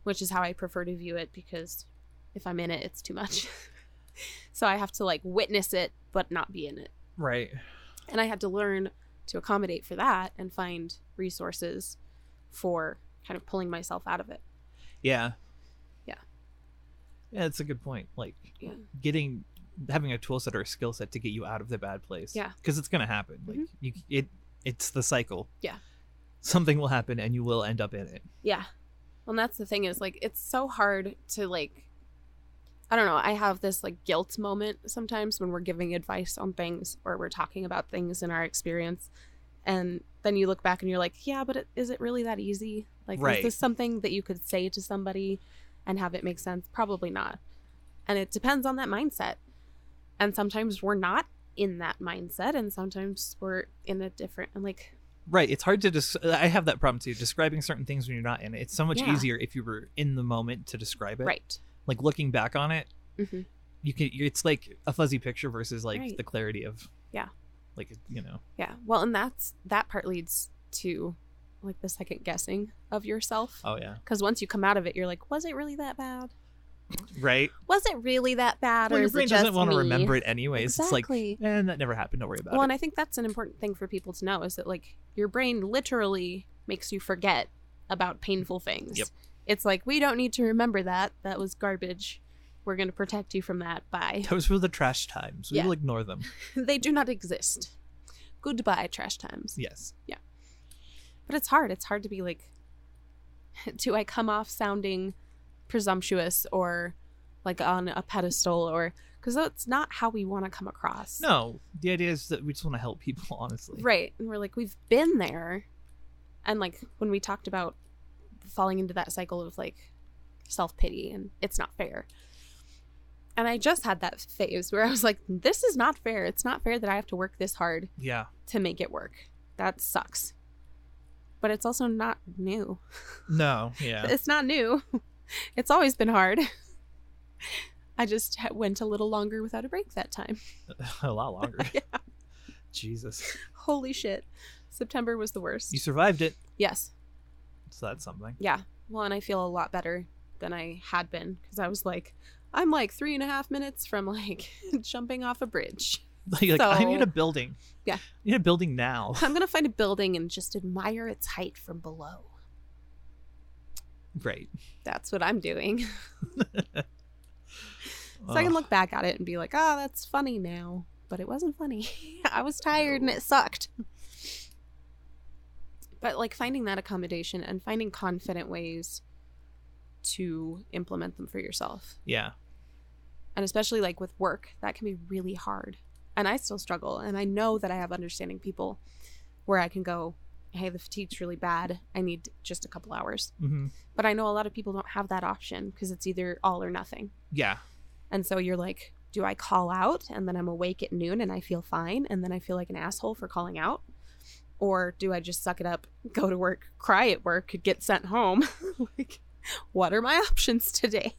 [SPEAKER 1] which is how I prefer to view it because if I'm in it, it's too much. so I have to like witness it but not be in it.
[SPEAKER 2] Right.
[SPEAKER 1] And I had to learn to accommodate for that and find resources for kind of pulling myself out of it.
[SPEAKER 2] Yeah.
[SPEAKER 1] Yeah.
[SPEAKER 2] Yeah, that's a good point. Like
[SPEAKER 1] Yeah.
[SPEAKER 2] getting having a tool set or a skill set to get you out of the bad place.
[SPEAKER 1] Yeah. Mm-hmm.
[SPEAKER 2] Because it's gonna happen. Like you, it, it's the cycle.
[SPEAKER 1] Yeah.
[SPEAKER 2] Something will happen, and you will end up in it.
[SPEAKER 1] Yeah. Well, and that's the thing is like it's so hard to like I don't know, I have this like guilt moment sometimes when we're giving advice on things or we're talking about things in our experience and then you look back and you're like, yeah, but it, is it really that easy? Like
[SPEAKER 2] Right.
[SPEAKER 1] is this something that you could say to somebody and have it make sense? Probably not. And it depends on that mindset. And sometimes we're not in that mindset and sometimes we're in a different and like
[SPEAKER 2] Right. It's hard to just. I have that problem too. Describing certain things when you're not in it. It's so much
[SPEAKER 1] Yeah.
[SPEAKER 2] easier if you were in the moment to describe it.
[SPEAKER 1] right.
[SPEAKER 2] Like looking back on it,
[SPEAKER 1] Mhm.
[SPEAKER 2] you can. you- It's like a fuzzy picture versus like
[SPEAKER 1] Right.
[SPEAKER 2] the clarity of.
[SPEAKER 1] Yeah.
[SPEAKER 2] Like you know.
[SPEAKER 1] Yeah. Well, and that's that part leads to like the second guessing of yourself.
[SPEAKER 2] Oh yeah.
[SPEAKER 1] Because once you come out of it, you're like, was it really that bad?
[SPEAKER 2] Right.
[SPEAKER 1] Was it really that bad?
[SPEAKER 2] Well,
[SPEAKER 1] or
[SPEAKER 2] your
[SPEAKER 1] is
[SPEAKER 2] brain
[SPEAKER 1] it
[SPEAKER 2] doesn't
[SPEAKER 1] just
[SPEAKER 2] want to
[SPEAKER 1] me?
[SPEAKER 2] remember it anyways.
[SPEAKER 1] Exactly.
[SPEAKER 2] It's like, and that never happened. Don't worry about
[SPEAKER 1] Well,
[SPEAKER 2] it.
[SPEAKER 1] and I think that's an important thing for people to know is that like your brain literally makes you forget about painful things.
[SPEAKER 2] Yep.
[SPEAKER 1] It's like we don't need to remember that. That was garbage. We're going to protect you from that. Bye.
[SPEAKER 2] Those were the trash times. We
[SPEAKER 1] Yeah.
[SPEAKER 2] will ignore them.
[SPEAKER 1] they do not exist. Goodbye, trash times.
[SPEAKER 2] Yes.
[SPEAKER 1] But it's hard. It's hard to be like, do I come off sounding presumptuous or like on a pedestal or because that's not how we want to come across.
[SPEAKER 2] No. The idea is that we just want to help people, honestly.
[SPEAKER 1] Right. And we're like, we've been there. And like when we talked about falling into that cycle of like self pity and it's not fair. And I just had that phase where I was like, this is not fair. It's not fair that I have to work this hard
[SPEAKER 2] Yeah.
[SPEAKER 1] to make it work. That sucks. But it's also not new.
[SPEAKER 2] No. Yeah.
[SPEAKER 1] it's not new. It's always been hard. I just ha- went a little longer without a break that time.
[SPEAKER 2] a lot longer. Jesus.
[SPEAKER 1] Holy shit. September was the worst.
[SPEAKER 2] You survived it.
[SPEAKER 1] yes.
[SPEAKER 2] So that's something.
[SPEAKER 1] Yeah. Well, and I feel a lot better than I had been because I was like, I'm like three and a half minutes from like jumping off a bridge.
[SPEAKER 2] You're like, I
[SPEAKER 1] So-
[SPEAKER 2] need a building.
[SPEAKER 1] Yeah.
[SPEAKER 2] I need a building now.
[SPEAKER 1] I'm going to find a building and just admire its height from below.
[SPEAKER 2] Great.
[SPEAKER 1] That's what I'm doing. So I
[SPEAKER 2] Ugh.
[SPEAKER 1] can look back at it and be like, oh, that's "Ah, funny now. but it wasn't funny. I was tired and it sucked. But like finding that accommodation and finding confident ways to implement them for yourself.
[SPEAKER 2] Yeah.
[SPEAKER 1] And especially like with work, that can be really hard. And I still struggle. And I know that I have understanding people where I can go, hey, the fatigue's really bad. I need just a couple hours.
[SPEAKER 2] Mm-hmm.
[SPEAKER 1] But I know a lot of people don't have that option because it's either all or nothing.
[SPEAKER 2] Yeah.
[SPEAKER 1] And so you're like, do I call out and then I'm awake at noon and I feel fine and then I feel like an asshole for calling out? Or do I just suck it up, go to work, cry at work, get sent home? like, what are my options today?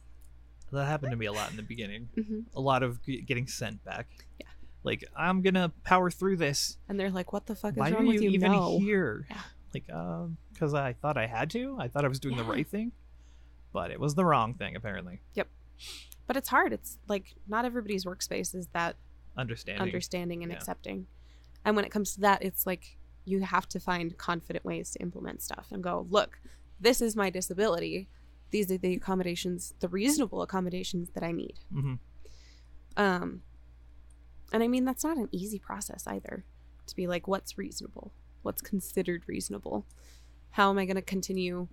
[SPEAKER 2] That happened to me a lot in the beginning.
[SPEAKER 1] hmm
[SPEAKER 2] A lot of g- getting sent back.
[SPEAKER 1] Yeah.
[SPEAKER 2] Like I'm gonna power through this.
[SPEAKER 1] And they're like, what the fuck is
[SPEAKER 2] Why are
[SPEAKER 1] wrong
[SPEAKER 2] you,
[SPEAKER 1] with you?
[SPEAKER 2] even
[SPEAKER 1] no.
[SPEAKER 2] here?
[SPEAKER 1] Yeah.
[SPEAKER 2] Like um, because I thought I had to. I thought I was doing the
[SPEAKER 1] Yeah.
[SPEAKER 2] right thing, but it was the wrong thing apparently.
[SPEAKER 1] But it's hard. It's like not everybody's workspace is that
[SPEAKER 2] Understanding.
[SPEAKER 1] understanding and
[SPEAKER 2] Yeah.
[SPEAKER 1] accepting. And when it comes to that, it's like you have to find confident ways to implement stuff and go, look, this is my disability. These are the accommodations, the reasonable accommodations that I need.
[SPEAKER 2] hmm
[SPEAKER 1] Um, and I mean, that's not an easy process either to be like, what's reasonable? What's considered reasonable? How am I going to continue?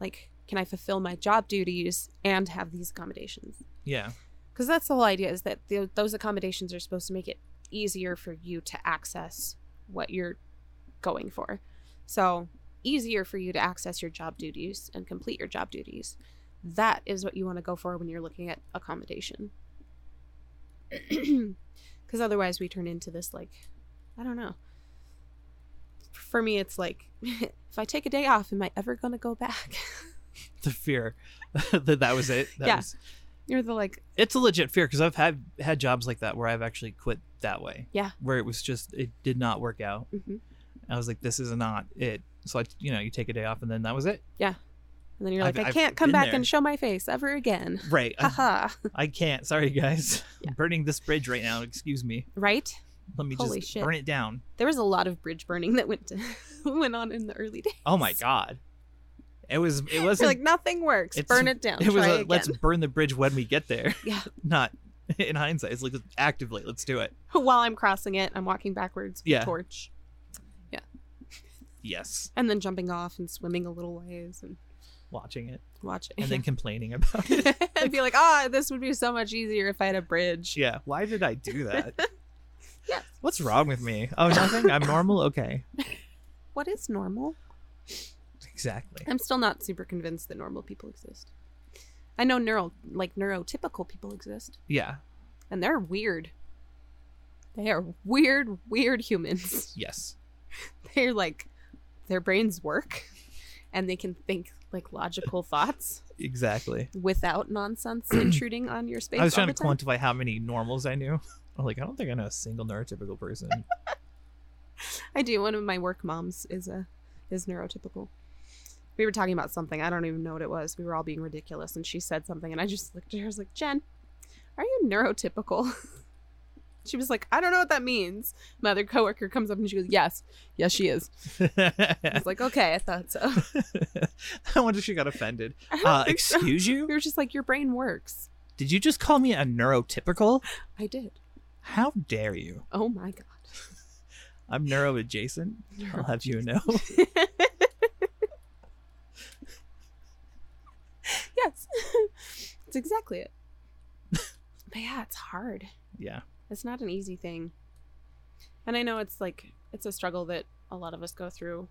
[SPEAKER 1] Like, can I fulfill my job duties and have these accommodations?
[SPEAKER 2] Yeah.
[SPEAKER 1] because that's the whole idea is that the, those accommodations are supposed to make it easier for you to access what you're going for so easier for you to access your job duties and complete your job duties that is what you want to go for when you're looking at accommodation because otherwise we turn into this like i don't know for me it's like if i take a day off am i ever going to go back
[SPEAKER 2] The fear that that was it. That
[SPEAKER 1] Yeah.
[SPEAKER 2] was-
[SPEAKER 1] you're the like
[SPEAKER 2] it's a legit fear because I've had had jobs like that where I've actually quit that way.
[SPEAKER 1] Yeah.
[SPEAKER 2] Where it was just it did not work out.
[SPEAKER 1] hmm
[SPEAKER 2] I was like, this is not it. So I, you know, you take a day off and then that was it.
[SPEAKER 1] and then you're
[SPEAKER 2] I've-
[SPEAKER 1] like I've, i
[SPEAKER 2] I've
[SPEAKER 1] can not come
[SPEAKER 2] been
[SPEAKER 1] back
[SPEAKER 2] there.
[SPEAKER 1] and show my face ever again
[SPEAKER 2] Right. I,
[SPEAKER 1] haha
[SPEAKER 2] I can't. Sorry, guys. I'm burning this bridge right now. Excuse me.
[SPEAKER 1] right?
[SPEAKER 2] Let me
[SPEAKER 1] Holy
[SPEAKER 2] just
[SPEAKER 1] shit.
[SPEAKER 2] burn it down.
[SPEAKER 1] There was a lot of bridge burning that went to, went on in the early days.
[SPEAKER 2] Oh my god. It was. It
[SPEAKER 1] It's like
[SPEAKER 2] wasn't.
[SPEAKER 1] nothing works.
[SPEAKER 2] it's-
[SPEAKER 1] Burn it down.
[SPEAKER 2] it was.
[SPEAKER 1] Try
[SPEAKER 2] a,
[SPEAKER 1] again.
[SPEAKER 2] Let's burn the bridge when we get there.
[SPEAKER 1] Yeah.
[SPEAKER 2] Not in hindsight. It's like actively. Let's do it.
[SPEAKER 1] While I'm crossing it, I'm walking backwards with
[SPEAKER 2] Yeah.
[SPEAKER 1] a torch
[SPEAKER 2] Yes.
[SPEAKER 1] and then jumping off and swimming a little ways and
[SPEAKER 2] Watching it
[SPEAKER 1] watching.
[SPEAKER 2] and then complaining about it.
[SPEAKER 1] and be like, ah, this would be so much easier if I had a bridge.
[SPEAKER 2] Yeah. Why did I do that?
[SPEAKER 1] Yes.
[SPEAKER 2] What's wrong with me? Oh, nothing. I'm normal. Okay.
[SPEAKER 1] What is normal?
[SPEAKER 2] Exactly.
[SPEAKER 1] I'm still not super convinced that normal people exist. I know neural, like neurotypical people exist,
[SPEAKER 2] Yeah.
[SPEAKER 1] and they're weird. They are weird, weird humans.
[SPEAKER 2] Yes.
[SPEAKER 1] they're like their brains work and they can think like logical thoughts
[SPEAKER 2] Exactly.
[SPEAKER 1] without nonsense intruding on your space.
[SPEAKER 2] I was trying
[SPEAKER 1] all
[SPEAKER 2] to
[SPEAKER 1] the time.
[SPEAKER 2] quantify how many normals I knew. I'm like, I don't think I know a single neurotypical person.
[SPEAKER 1] I do. One of my work moms is a is neurotypical. We were talking about something. I don't even know what it was. We were all being ridiculous, and she said something, and I just looked at her. I was like, "Jen, are you neurotypical?" She was like, "I don't know what that means." My other coworker comes up and she goes, "Yes, yes, she is." I was like, "Okay, I thought so."
[SPEAKER 2] I wonder if she got offended.
[SPEAKER 1] I don't
[SPEAKER 2] Uh,
[SPEAKER 1] think so.
[SPEAKER 2] excuse
[SPEAKER 1] We
[SPEAKER 2] you?
[SPEAKER 1] were just like, "Your brain works."
[SPEAKER 2] Did you just call me a neurotypical?
[SPEAKER 1] I did.
[SPEAKER 2] How dare you?
[SPEAKER 1] Oh my god.
[SPEAKER 2] I'm neuro adjacent. I'll have you know.
[SPEAKER 1] yes. It's exactly it. But yeah, it's hard.
[SPEAKER 2] yeah.
[SPEAKER 1] It's not an easy thing. And I know it's like it's a struggle that a lot of us go through.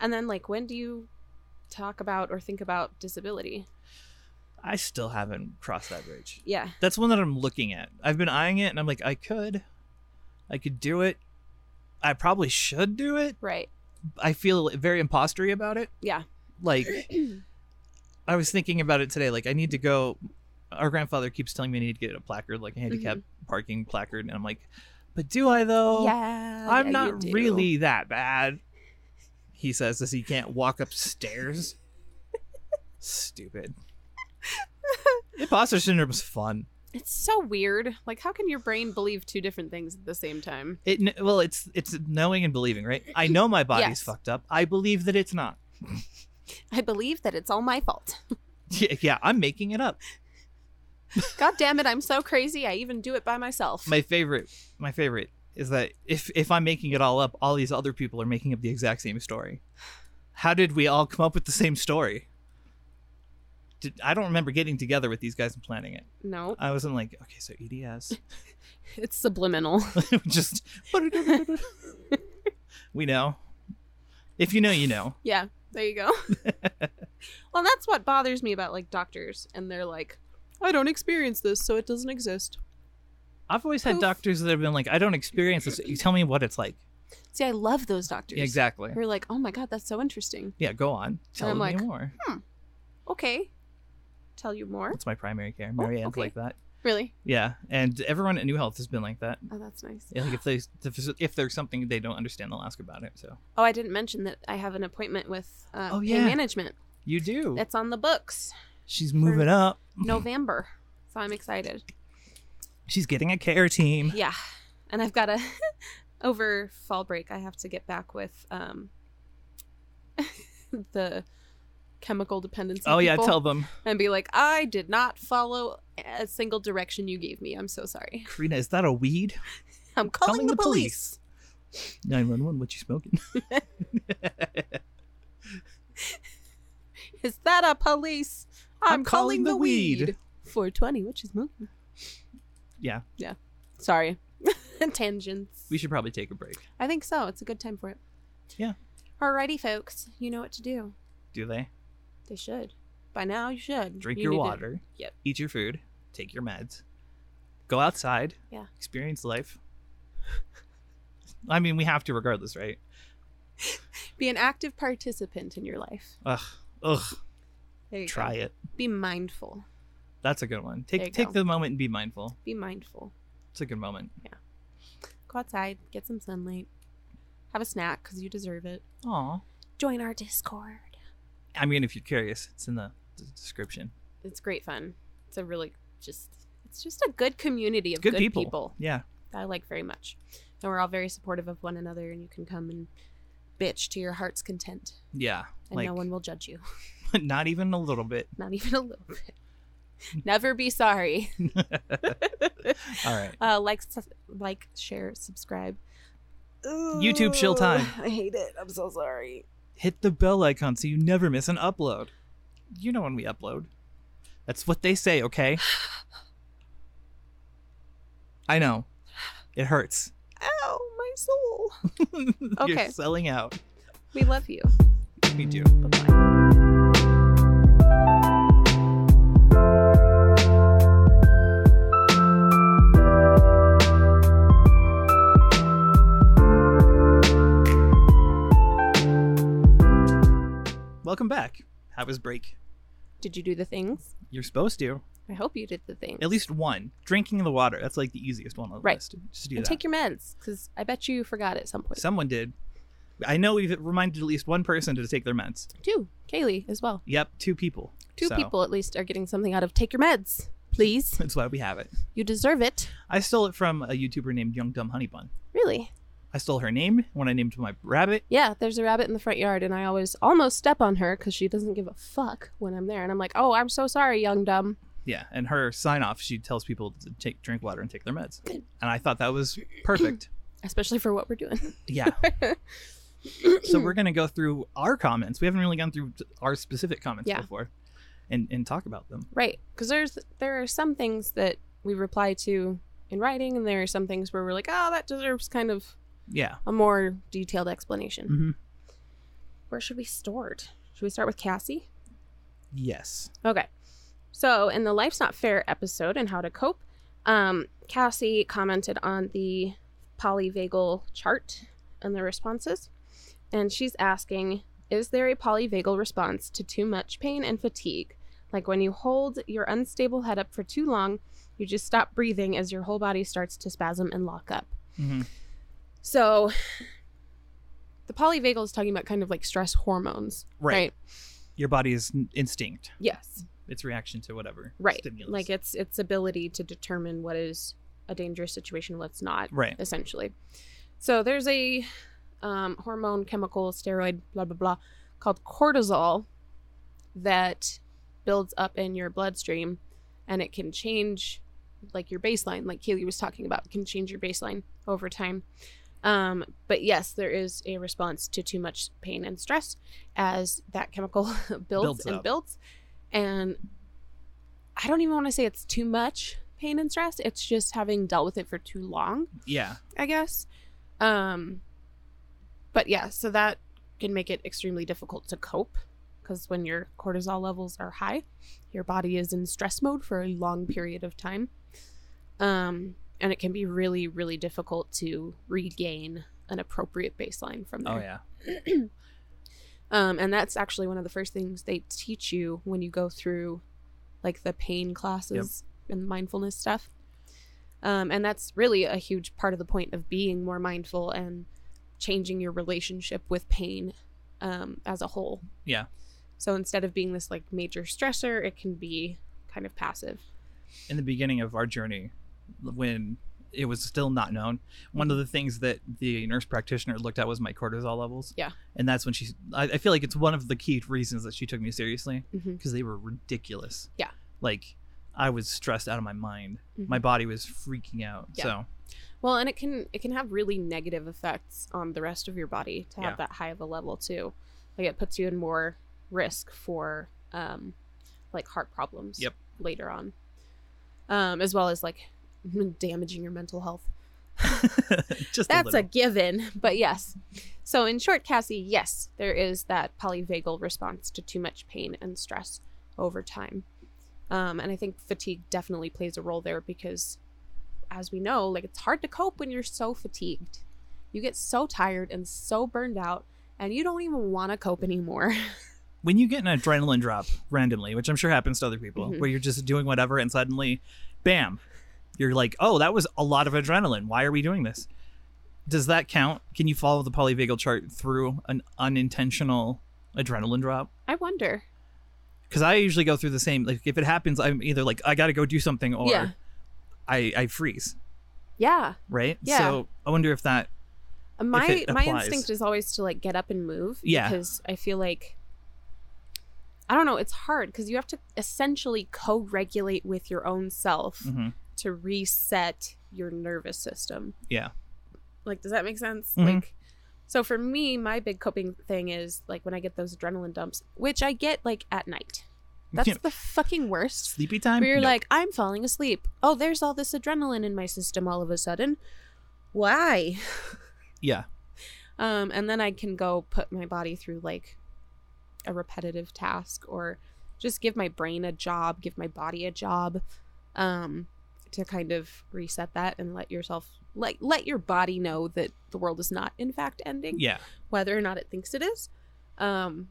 [SPEAKER 1] And then like when do you talk about or think about disability?
[SPEAKER 2] I still haven't crossed that bridge.
[SPEAKER 1] Yeah.
[SPEAKER 2] That's one that I'm looking at. I've been eyeing it and I'm like, I could. I could do it. I probably should do it.
[SPEAKER 1] Right.
[SPEAKER 2] I feel very impostery about it.
[SPEAKER 1] Yeah.
[SPEAKER 2] Like I was thinking about it today. Like I need to go our grandfather keeps telling me I need to get a placard, like a handicap parking placard, and I'm like, but do I though?
[SPEAKER 1] Mm-hmm. yeah.
[SPEAKER 2] I'm
[SPEAKER 1] Oh, yeah, you
[SPEAKER 2] not
[SPEAKER 1] do.
[SPEAKER 2] really that bad. He says as he can't walk upstairs. Stupid. Imposter syndrome is fun.
[SPEAKER 1] It's so weird. Like how can your brain believe two different things at the same time?
[SPEAKER 2] It kn- well, it's it's knowing and believing, right? I know my body's
[SPEAKER 1] Yes.
[SPEAKER 2] fucked up. I believe that it's not.
[SPEAKER 1] I believe that it's all my fault.
[SPEAKER 2] Yeah, yeah, I'm making it up.
[SPEAKER 1] God damn it, I'm so crazy. I even do it by myself.
[SPEAKER 2] My favorite, my favorite is that if if I'm making it all up, all these other people are making up the exact same story. How did we all come up with the same story? Did, I don't remember getting together with these guys and planning it.
[SPEAKER 1] no,
[SPEAKER 2] I wasn't like, okay, so EDS,
[SPEAKER 1] it's subliminal.
[SPEAKER 2] just we know. If you know, you know.
[SPEAKER 1] Yeah, there you go. well, that's what bothers me about like doctors and they're like, I don't experience this, so it doesn't exist.
[SPEAKER 2] I've always had
[SPEAKER 1] Poof.
[SPEAKER 2] doctors that have been like, I don't experience this. You tell me what it's like.
[SPEAKER 1] See, I love those doctors.
[SPEAKER 2] Exactly.
[SPEAKER 1] We're like, oh my god, that's so interesting.
[SPEAKER 2] Yeah, go on. Tell
[SPEAKER 1] I'm
[SPEAKER 2] me
[SPEAKER 1] like,
[SPEAKER 2] more.
[SPEAKER 1] Okay, tell you more.
[SPEAKER 2] That's my primary care. Mary Ann's
[SPEAKER 1] "Oh, okay.
[SPEAKER 2] like that.
[SPEAKER 1] Really?
[SPEAKER 2] Yeah, and everyone at New Health has been like that.
[SPEAKER 1] Oh, that's nice.
[SPEAKER 2] Yeah, Like if they if- if there's something they don't understand, they'll ask about it. So
[SPEAKER 1] Oh, I didn't mention that I have an appointment with uh,
[SPEAKER 2] Oh,
[SPEAKER 1] pain
[SPEAKER 2] yeah.
[SPEAKER 1] management.
[SPEAKER 2] you do.
[SPEAKER 1] It's on the books,
[SPEAKER 2] She's moving up.
[SPEAKER 1] November. so I'm excited.
[SPEAKER 2] She's getting a care team.
[SPEAKER 1] Yeah, and I've got a over fall break. I have to get back with um the chemical dependency.
[SPEAKER 2] Oh yeah,
[SPEAKER 1] people.
[SPEAKER 2] tell them.
[SPEAKER 1] and be like, I did not follow a single direction you gave me. I'm so sorry.
[SPEAKER 2] Karina, is that a weed?
[SPEAKER 1] I'm calling,
[SPEAKER 2] Calling
[SPEAKER 1] the,
[SPEAKER 2] the
[SPEAKER 1] police.
[SPEAKER 2] Nine one one. What you smoking?
[SPEAKER 1] Is that a police? I'm, calling, the, weed.
[SPEAKER 2] weed.
[SPEAKER 1] 420, which is smoking.
[SPEAKER 2] yeah,
[SPEAKER 1] Sorry. Tangents.
[SPEAKER 2] we should probably take a break.
[SPEAKER 1] I think so. It's a good time for it.
[SPEAKER 2] Yeah.
[SPEAKER 1] Alrighty, folks. You know what to do.
[SPEAKER 2] Do they
[SPEAKER 1] They should. By now, you should.
[SPEAKER 2] drink
[SPEAKER 1] You
[SPEAKER 2] your
[SPEAKER 1] need to-
[SPEAKER 2] water?
[SPEAKER 1] Yep.
[SPEAKER 2] Eat your food. Take your meds. Go outside.
[SPEAKER 1] Yeah.
[SPEAKER 2] Experience life. I mean, we have to regardless, right?
[SPEAKER 1] Be an active participant in your life.
[SPEAKER 2] Ugh, ugh.
[SPEAKER 1] There you
[SPEAKER 2] Try
[SPEAKER 1] go.
[SPEAKER 2] it.
[SPEAKER 1] Be mindful.
[SPEAKER 2] That's a good one.
[SPEAKER 1] There you
[SPEAKER 2] Take take
[SPEAKER 1] go.
[SPEAKER 2] the moment and be mindful.
[SPEAKER 1] Be mindful.
[SPEAKER 2] It's a good moment.
[SPEAKER 1] Go outside, get some sunlight, have a snack because you deserve it.
[SPEAKER 2] Aw.
[SPEAKER 1] Join our Discord.
[SPEAKER 2] I mean, if you're curious, it's in the d- description.
[SPEAKER 1] It's great fun. It's a really just it's just a good community of
[SPEAKER 2] Good,
[SPEAKER 1] good,
[SPEAKER 2] people.
[SPEAKER 1] people.
[SPEAKER 2] Yeah.
[SPEAKER 1] that I like very much. And we're all very supportive of one another and you can come and bitch to your heart's content
[SPEAKER 2] Yeah.
[SPEAKER 1] and
[SPEAKER 2] like,
[SPEAKER 1] no one will judge you.
[SPEAKER 2] not even a little bit.
[SPEAKER 1] Not even a little bit. Never be sorry.
[SPEAKER 2] All right.
[SPEAKER 1] uh like sus- like share subscribe.
[SPEAKER 2] YouTube chill time.
[SPEAKER 1] I hate it. I'm so sorry.
[SPEAKER 2] Hit the bell icon so you never miss an upload. You know when we upload. That's what they say, okay? I know. It hurts.
[SPEAKER 1] Ow, my soul.
[SPEAKER 2] You're
[SPEAKER 1] Okay.
[SPEAKER 2] selling out.
[SPEAKER 1] We love you.
[SPEAKER 2] Me too.
[SPEAKER 1] Bye-bye.
[SPEAKER 2] Welcome back. How was break?
[SPEAKER 1] Did you do the things?
[SPEAKER 2] You're supposed to.
[SPEAKER 1] I hope you did the things.
[SPEAKER 2] At least one. Drinking the water. That's like the easiest one on the
[SPEAKER 1] Right.
[SPEAKER 2] list. Just do
[SPEAKER 1] and
[SPEAKER 2] that.
[SPEAKER 1] take your meds because I bet you forgot at some point.
[SPEAKER 2] Someone did. I know we've reminded at least one person to take their meds.
[SPEAKER 1] Two, Kaylee as well.
[SPEAKER 2] Yep, two people.
[SPEAKER 1] Two
[SPEAKER 2] So,
[SPEAKER 1] people at least are getting something out of take your meds, please.
[SPEAKER 2] That's why we have it.
[SPEAKER 1] You deserve it.
[SPEAKER 2] I stole it from a YouTuber named Young Dumb Honey Bun.
[SPEAKER 1] Really?
[SPEAKER 2] I stole her name when I named my rabbit.
[SPEAKER 1] Yeah, there's a rabbit in the front yard, and I always almost step on her because she doesn't give a fuck when I'm there. And I'm like, oh, I'm so sorry, young dumb.
[SPEAKER 2] Yeah, and her sign off, she tells people to take drink water and take their meds.
[SPEAKER 1] Good.
[SPEAKER 2] And I thought that was perfect.
[SPEAKER 1] Especially for what we're doing.
[SPEAKER 2] yeah. so we're gonna go through our comments. We haven't really gone through our specific comments
[SPEAKER 1] Yeah.
[SPEAKER 2] before, and and talk about them.
[SPEAKER 1] Right. Because there's there are some things that we reply to in writing, and there are some things where we're like, oh, that deserves kind of
[SPEAKER 2] Yeah.
[SPEAKER 1] a more detailed explanation.
[SPEAKER 2] hmm
[SPEAKER 1] Where should we start? Should we start with Cassie?
[SPEAKER 2] Yes.
[SPEAKER 1] Okay. So, in the Life's Not Fair episode and how to cope, um, Cassie commented on the polyvagal chart and the responses. And she's asking Is there a polyvagal response to too much pain and fatigue? Like when you hold your unstable head up for too long, you just stop breathing as your whole body starts to spasm and lock up.
[SPEAKER 2] hmm
[SPEAKER 1] So, the polyvagal is talking about kind of like stress hormones,
[SPEAKER 2] Right.
[SPEAKER 1] right?
[SPEAKER 2] Your body is n- instinct.
[SPEAKER 1] Yes.
[SPEAKER 2] Its reaction to whatever.
[SPEAKER 1] right
[SPEAKER 2] Stimulus.
[SPEAKER 1] like its its ability to determine what is a dangerous situation what's not
[SPEAKER 2] Right.
[SPEAKER 1] essentially so there's a um, hormone chemical steroid blah blah blah called cortisol that builds up in your bloodstream and it can change like your baseline like Keely was talking about can change your baseline over time. Um, but yes, there is a response to too much pain and stress as that chemical builds,
[SPEAKER 2] Builds
[SPEAKER 1] and
[SPEAKER 2] up.
[SPEAKER 1] builds. And I don't even want to say it's too much pain and stress. It's just having dealt with it for too long,
[SPEAKER 2] Yeah.
[SPEAKER 1] I guess. Um, but yeah, so that can make it extremely difficult to cope because when your cortisol levels are high, your body is in stress mode for a long period of time. Um, and it can be really, really difficult to regain an appropriate baseline from there.
[SPEAKER 2] Oh yeah.
[SPEAKER 1] Um, and that's actually one of the first things they teach you when you go through like the pain classes and mindfulness stuff. Um, and that's really a huge part of the point of being more mindful and changing your relationship with pain um, as a whole.
[SPEAKER 2] Yeah.
[SPEAKER 1] So instead of being this like major stressor, it can be kind of passive.
[SPEAKER 2] in the beginning of our journey when it was still not known one
[SPEAKER 1] Mm-hmm.
[SPEAKER 2] of the things that the nurse practitioner looked at was my cortisol levels
[SPEAKER 1] Yeah.
[SPEAKER 2] and that's when she i, I feel like it's one of the key reasons that she took me seriously
[SPEAKER 1] Mhm.
[SPEAKER 2] because they were ridiculous
[SPEAKER 1] Yeah.
[SPEAKER 2] like i was stressed out of my mind
[SPEAKER 1] Mhm.
[SPEAKER 2] my body was freaking out
[SPEAKER 1] Yeah.
[SPEAKER 2] so
[SPEAKER 1] Well, and it can it can have really negative effects on the rest of your body to have
[SPEAKER 2] Yeah.
[SPEAKER 1] that high of a level too. Like it puts you in more risk for um like heart problems
[SPEAKER 2] Yep.
[SPEAKER 1] later on. Um as well as like damaging your mental health.
[SPEAKER 2] just a
[SPEAKER 1] That's a
[SPEAKER 2] little.
[SPEAKER 1] given, but yes. So in short, Cassie, yes, there is that polyvagal response to too much pain and stress over time. Um, and I think fatigue definitely plays a role there because as we know, like it's hard to cope when you're so fatigued. You get so tired and so burned out and you don't even want to cope anymore.
[SPEAKER 2] when you get an adrenaline drop randomly which i'm sure happens to other people
[SPEAKER 1] Mhm.
[SPEAKER 2] where you're just doing whatever and suddenly bam you're like oh that was a lot of adrenaline why are we doing this does that count can you follow the polyvagal chart through an unintentional adrenaline drop
[SPEAKER 1] I wonder.
[SPEAKER 2] because i usually go through the same like if it happens i'm either like i gotta go do something or
[SPEAKER 1] Yeah.
[SPEAKER 2] i i freeze
[SPEAKER 1] Yeah.
[SPEAKER 2] right
[SPEAKER 1] Yeah.
[SPEAKER 2] so i wonder if that
[SPEAKER 1] my
[SPEAKER 2] it
[SPEAKER 1] my
[SPEAKER 2] applies.
[SPEAKER 1] instinct is always to like get up and move
[SPEAKER 2] Yeah.
[SPEAKER 1] because i feel like i don't know it's hard because you have to essentially co-regulate with your own self
[SPEAKER 2] mhm.
[SPEAKER 1] to reset your nervous system
[SPEAKER 2] yeah
[SPEAKER 1] like does that make sense
[SPEAKER 2] Mhm.
[SPEAKER 1] like so for me my big coping thing is like when i get those adrenaline dumps which i get like at night that's
[SPEAKER 2] Yeah.
[SPEAKER 1] the fucking worst
[SPEAKER 2] sleepy time
[SPEAKER 1] where you're
[SPEAKER 2] No.
[SPEAKER 1] like i'm falling asleep oh there's all this adrenaline in my system all of a sudden why
[SPEAKER 2] yeah
[SPEAKER 1] um, and then I can go put my body through like a repetitive task or just give my brain a job, give my body a job um, to kind of reset that and let yourself like let your body know that the world is not in fact ending,
[SPEAKER 2] yeah
[SPEAKER 1] whether or not it thinks it is. Um,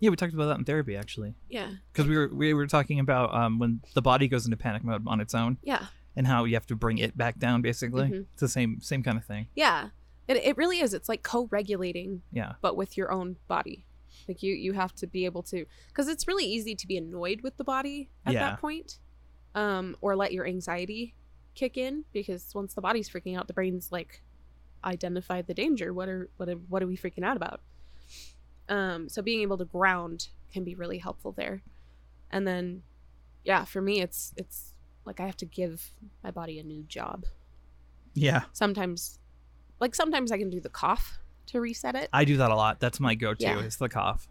[SPEAKER 2] yeah we talked about that in therapy actually
[SPEAKER 1] yeah,
[SPEAKER 2] because we were we were talking about um, when the body goes into panic mode on its own
[SPEAKER 1] yeah,
[SPEAKER 2] and how you have to bring it back down basically
[SPEAKER 1] Mhm.
[SPEAKER 2] it's the same same kind of thing
[SPEAKER 1] yeah. It, it really is. It's like co-regulating
[SPEAKER 2] yeah
[SPEAKER 1] but with your own body. Like you you have to be able to cuz it's really easy to be annoyed with the body at
[SPEAKER 2] Yeah.
[SPEAKER 1] that point. Um or let your anxiety kick in because once the body's freaking out the brain's like identify the danger. What are what are, what are we freaking out about? Um so being able to ground can be really helpful there. And then yeah, for me it's it's like I have to give my body a new job.
[SPEAKER 2] yeah
[SPEAKER 1] Sometimes like sometimes I can do the cough to reset it.
[SPEAKER 2] i do that a lot that's my go-to
[SPEAKER 1] Yeah.
[SPEAKER 2] is the cough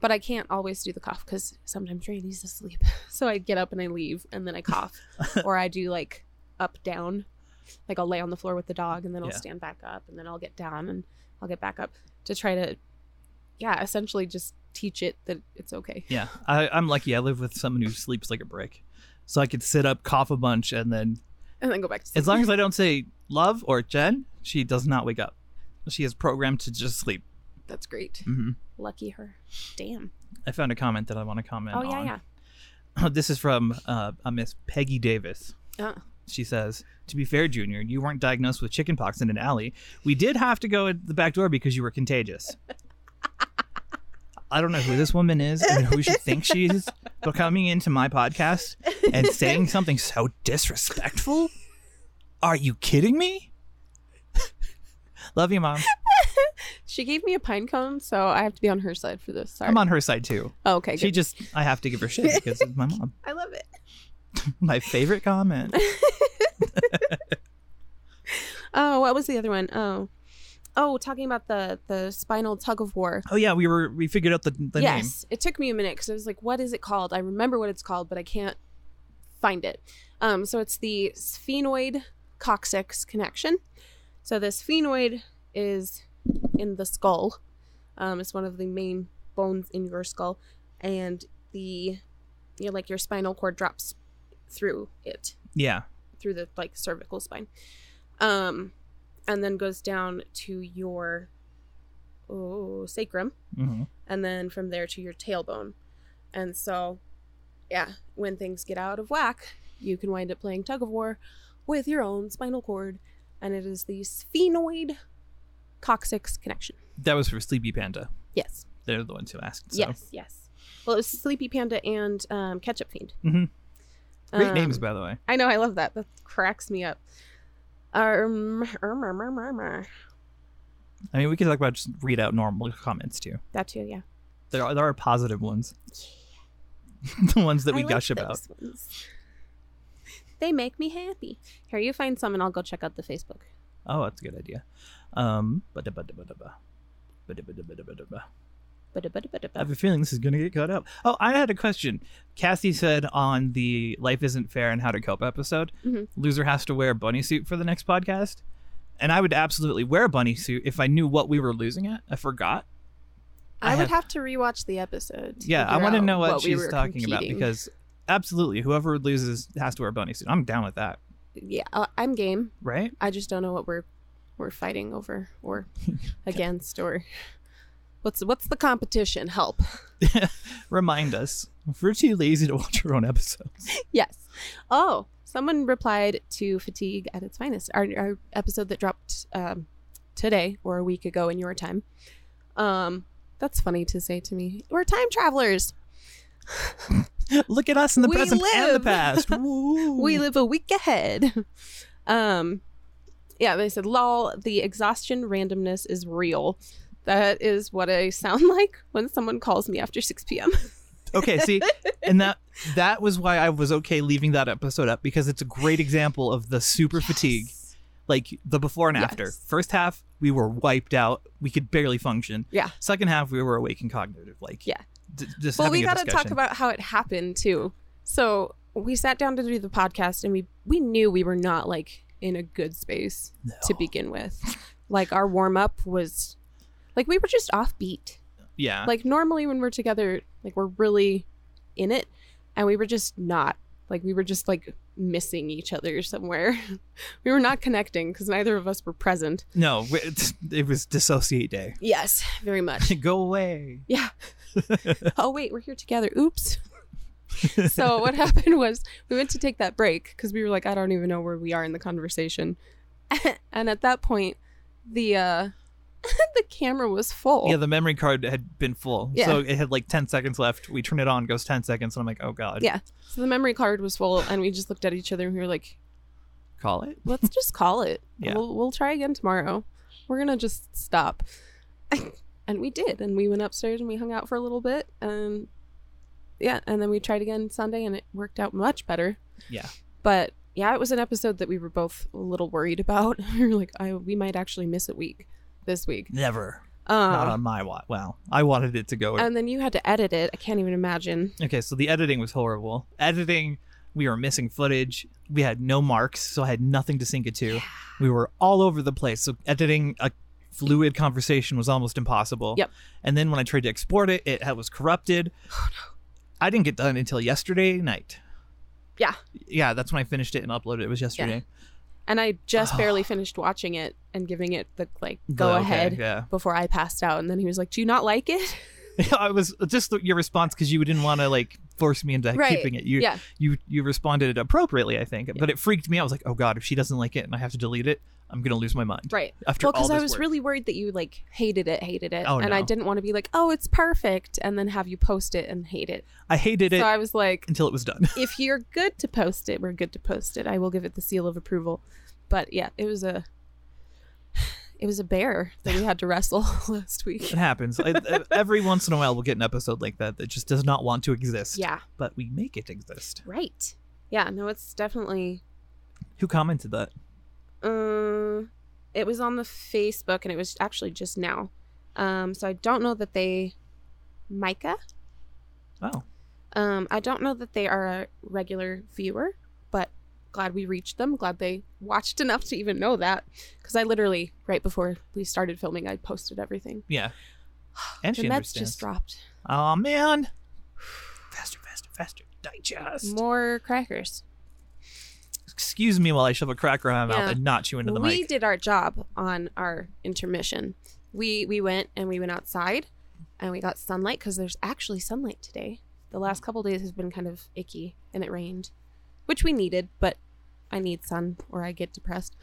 [SPEAKER 1] but I can't always do the cough because sometimes Randy's asleep. So I get up and I leave, and then I cough, or I do like up down, like I'll lay on the floor with the dog, and then I'll
[SPEAKER 2] Yeah.
[SPEAKER 1] stand back up, and then I'll get down, and I'll get back up to try to, yeah, essentially just teach it that it's okay.
[SPEAKER 2] yeah I, i'm lucky i live with someone who sleeps like a brick so i could sit up cough a bunch and then
[SPEAKER 1] And then go back to sleep.
[SPEAKER 2] as long as i don't say love or jen she does not wake up she is programmed to just sleep
[SPEAKER 1] That's great.
[SPEAKER 2] hmm
[SPEAKER 1] Lucky her. Damn.
[SPEAKER 2] i found a comment that i want to comment
[SPEAKER 1] Oh yeah,
[SPEAKER 2] on
[SPEAKER 1] yeah.
[SPEAKER 2] this is from uh, a miss peggy davis
[SPEAKER 1] Uh,
[SPEAKER 2] She says, To be fair, Junior, you weren't diagnosed with chickenpox in an alley. We did have to go at the back door because you were contagious. I don't know who this woman is and who she thinks she is, but coming into my podcast and saying something so disrespectful? Are you kidding me? Love you, Mom.
[SPEAKER 1] she gave me a pine cone, so I have to be on her side for this. Sorry.
[SPEAKER 2] I'm on her side too.
[SPEAKER 1] Oh, okay.
[SPEAKER 2] She
[SPEAKER 1] Good.
[SPEAKER 2] just, I have to give her shit because it's my mom.
[SPEAKER 1] I love it.
[SPEAKER 2] My favorite comment.
[SPEAKER 1] Oh, what was the other one? Oh, oh, talking about the the spinal tug of war.
[SPEAKER 3] Oh yeah, we were we figured out the the name.
[SPEAKER 1] yes, it took me a minute because I was like, "What is it called?" I remember what it's called, but I can't find it. Um, so it's the sphenoid coccyx connection. So the sphenoid is in the skull. Um, it's one of the main bones in your skull, and the you know, like your spinal cord drops through it
[SPEAKER 3] Yeah.
[SPEAKER 1] through the like cervical spine um and then goes down to your oh sacrum
[SPEAKER 2] hmm
[SPEAKER 1] and then from there to your tailbone and so yeah when things get out of whack you can wind up playing tug of war with your own spinal cord and it is the sphenoid coccyx connection
[SPEAKER 3] That was for Sleepy Panda.
[SPEAKER 1] yes
[SPEAKER 3] They're the ones who asked. So.
[SPEAKER 1] yes yes well it was sleepy panda and um, ketchup fiend
[SPEAKER 2] Mhm. Great
[SPEAKER 1] Um,
[SPEAKER 2] names, by the way.
[SPEAKER 1] I know, I love that. That cracks me up. Um, um, um, um, um, um.
[SPEAKER 2] I mean, we could talk about just read out normal comments too.
[SPEAKER 1] that too, yeah.
[SPEAKER 2] There are there are positive ones. the ones that we
[SPEAKER 1] I like
[SPEAKER 2] gush about.
[SPEAKER 1] those ones. They make me happy. Here, you find some, and I'll go check out the Facebook.
[SPEAKER 2] Oh, that's a good idea. Um, ba-da, ba-da, ba-da, ba. Ba-da, ba-da, ba-da, ba-da, ba.
[SPEAKER 1] Bada, bada, bada,
[SPEAKER 2] I have
[SPEAKER 1] bada.
[SPEAKER 2] a feeling this is going to get cut up. Oh, I had a question. Cassie said on the Life Isn't Fair and How to Cope episode,
[SPEAKER 1] Mhm.
[SPEAKER 2] loser has to wear a bunny suit for the next podcast. And I would absolutely wear a bunny suit if I knew what we were losing at. I forgot.
[SPEAKER 1] I,
[SPEAKER 2] I
[SPEAKER 1] would
[SPEAKER 2] have-
[SPEAKER 1] have, to rewatch the episode. to
[SPEAKER 2] Yeah, I
[SPEAKER 1] figure
[SPEAKER 2] want to
[SPEAKER 1] out
[SPEAKER 2] know what,
[SPEAKER 1] we
[SPEAKER 2] she's
[SPEAKER 1] were
[SPEAKER 2] talking about
[SPEAKER 1] competing.
[SPEAKER 2] because absolutely, whoever loses has to wear a bunny suit. I'm down with that,
[SPEAKER 1] yeah, I- I'm game.
[SPEAKER 2] right?
[SPEAKER 1] I just don't know what we're we're fighting over or against or what's what's the competition? Help.
[SPEAKER 2] Remind us. If we're too lazy to watch our own episodes.
[SPEAKER 1] Yes. Oh, someone replied to Fatigue at its Finest, our, our episode that dropped um, today or a week ago in your time. Um, that's funny to say to me. We're time travelers.
[SPEAKER 2] Look at us in the
[SPEAKER 1] We
[SPEAKER 2] present and the
[SPEAKER 1] live.
[SPEAKER 2] past. Woo.
[SPEAKER 1] We live a week ahead. Um, yeah, they said, lol, the exhaustion randomness is real. That is what I sound like when someone calls me after 6 p.m.
[SPEAKER 2] Okay, see, and that that was why I was okay leaving that episode up because it's a great example of the super fatigue, like the before and after.
[SPEAKER 1] Yes.
[SPEAKER 2] First half, we were wiped out; we could barely function.
[SPEAKER 1] Yeah.
[SPEAKER 2] Second half, we were awake and cognitive. Like,
[SPEAKER 1] Yeah.
[SPEAKER 2] d- just
[SPEAKER 1] well,
[SPEAKER 2] having
[SPEAKER 1] we
[SPEAKER 2] a
[SPEAKER 1] got to talk
[SPEAKER 2] discussion.
[SPEAKER 1] about how it happened too. So we sat down to do the podcast, and we we knew we were not like in a good space to begin with. Like our warm up was, like we were just offbeat.
[SPEAKER 2] yeah,
[SPEAKER 1] Like normally when we're together, like we're really in it, and we were just not. Like we were just like missing each other somewhere. we were not connecting because neither of us were present.
[SPEAKER 2] no, we- it's, it was dissociate day.
[SPEAKER 1] Yes, very much.
[SPEAKER 2] Go away.
[SPEAKER 1] Yeah. oh wait, we're here together. Oops. so what happened was we went to take that break because we were like, I don't even know where we are in the conversation. and at that point, the uh the camera was full.
[SPEAKER 2] Yeah, the memory card had been full,
[SPEAKER 1] Yeah.
[SPEAKER 2] so it had like ten seconds left. We turn it on, goes ten seconds, and I'm like, oh god,
[SPEAKER 1] Yeah. so the memory card was full, and we just looked at each other and we were like,
[SPEAKER 2] call it.
[SPEAKER 1] Let's just call it.
[SPEAKER 2] Yeah.
[SPEAKER 1] We'll we'll try again tomorrow. We're gonna just stop. and we did, and we went upstairs and we hung out for a little bit, and yeah, and then we tried again Sunday, and it worked out much better.
[SPEAKER 2] Yeah.
[SPEAKER 1] But yeah, it was an episode that we were both a little worried about. we were like, I, we might actually miss a week this week.
[SPEAKER 2] Never. Not
[SPEAKER 1] Um,
[SPEAKER 2] on my watch. Wow, I wanted it to go.
[SPEAKER 1] and then you had to edit it. I can't even imagine.
[SPEAKER 2] Okay, so the editing was horrible. Editing, we were missing footage. We had no marks, so I had nothing to sync it to. We were all over the place. So editing a fluid conversation was almost impossible.
[SPEAKER 1] Yep. Oh,
[SPEAKER 2] And then when I tried to export it, it had- was corrupted. I didn't get done until yesterday night.
[SPEAKER 1] Yeah.
[SPEAKER 2] Yeah, that's when I finished it and uploaded it. It was yesterday.
[SPEAKER 1] And I just barely finished watching it and giving it the like go
[SPEAKER 2] Okay,
[SPEAKER 1] ahead
[SPEAKER 2] Yeah.
[SPEAKER 1] before I passed out. And then he was like, "Do you not like it?"
[SPEAKER 2] I was just your response because you didn't want to like force me into
[SPEAKER 1] Right.
[SPEAKER 2] keeping it. You
[SPEAKER 1] yeah.
[SPEAKER 2] you you responded appropriately, I think. But it freaked me. out. I was like, oh god, if she doesn't like it and I have to delete it, I'm gonna lose my mind.
[SPEAKER 1] Right.
[SPEAKER 2] After
[SPEAKER 1] Well,
[SPEAKER 2] all
[SPEAKER 1] because
[SPEAKER 2] this
[SPEAKER 1] I was
[SPEAKER 2] work.
[SPEAKER 1] really worried that you like hated it, hated it,
[SPEAKER 2] Oh,
[SPEAKER 1] and I
[SPEAKER 2] no.
[SPEAKER 1] didn't want to be like, "Oh, it's perfect," and then have you post it and hate it.
[SPEAKER 2] I hated it
[SPEAKER 1] so I was like,
[SPEAKER 2] until it was done.
[SPEAKER 1] "If you're good to post it, we're good to post it. I will give it the seal of approval." But yeah, it was a it was a bear that we had to wrestle last week.
[SPEAKER 2] it happens. I, I- every once in a while, we'll get an episode like that that just does not want to exist.
[SPEAKER 1] Yeah.
[SPEAKER 2] But we make it exist.
[SPEAKER 1] Right. yeah, no, it's definitely.
[SPEAKER 2] Who commented that?
[SPEAKER 1] Uh, it was on the Facebook, and it was actually just now. Um, so I don't know that they, Micah.
[SPEAKER 2] Oh.
[SPEAKER 1] Um, I don't know that they are a regular viewer, but glad we reached them. Glad they watched enough to even know that. Because I literally, right before we started filming, I posted everything.
[SPEAKER 2] Yeah. And
[SPEAKER 1] the
[SPEAKER 2] she
[SPEAKER 1] Mets
[SPEAKER 2] understands.
[SPEAKER 1] just dropped
[SPEAKER 2] Oh man. Faster, faster, faster. Digest.
[SPEAKER 1] more crackers.
[SPEAKER 2] Excuse me while I shove a cracker in my mouth
[SPEAKER 1] Yeah.
[SPEAKER 2] and not chew into the
[SPEAKER 1] we
[SPEAKER 2] mic.
[SPEAKER 1] did our job on our intermission. We we went and we went outside, and we got sunlight because there's actually sunlight today. The last couple days has been kind of icky, and it rained, which we needed. But I need sun, or I get depressed.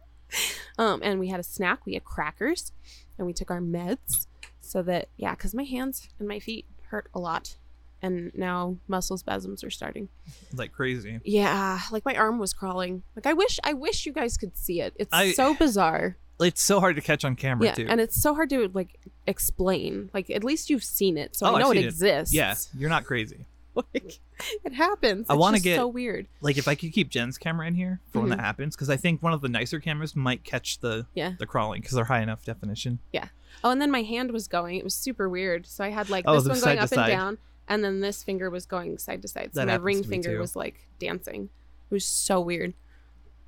[SPEAKER 1] um, and we had a snack. We had crackers, and we took our meds so that yeah, because my hands and my feet hurt a lot, and now muscle spasms are starting.
[SPEAKER 2] Like crazy.
[SPEAKER 1] Yeah, like my arm was crawling. Like I wish I wish you guys could see it. It's
[SPEAKER 2] I-
[SPEAKER 1] so bizarre.
[SPEAKER 2] It's so hard to catch on camera
[SPEAKER 1] Yeah,
[SPEAKER 2] too.
[SPEAKER 1] and it's so hard to like explain. Like at least you've seen it, so
[SPEAKER 2] Oh,
[SPEAKER 1] I know it
[SPEAKER 2] I've seen it.
[SPEAKER 1] exists.
[SPEAKER 2] yeah, you're not crazy.
[SPEAKER 1] like it happens.
[SPEAKER 2] I
[SPEAKER 1] It's
[SPEAKER 2] wanna
[SPEAKER 1] just
[SPEAKER 2] get-
[SPEAKER 1] so weird.
[SPEAKER 2] Like if I could keep Jen's camera in here for when that happens, because I think one of the nicer cameras might catch the
[SPEAKER 1] Mm-hmm. Yeah.
[SPEAKER 2] the crawling because they're high enough definition.
[SPEAKER 1] Oh, and then my hand was going. It was super weird. So I had like
[SPEAKER 2] Oh,
[SPEAKER 1] this
[SPEAKER 2] the
[SPEAKER 1] one
[SPEAKER 2] side
[SPEAKER 1] going
[SPEAKER 2] to
[SPEAKER 1] up and
[SPEAKER 2] side.
[SPEAKER 1] down, and then this finger was going side to side. So
[SPEAKER 2] That
[SPEAKER 1] my
[SPEAKER 2] happens
[SPEAKER 1] ring
[SPEAKER 2] to me,
[SPEAKER 1] finger
[SPEAKER 2] too.
[SPEAKER 1] was like dancing. It was so weird,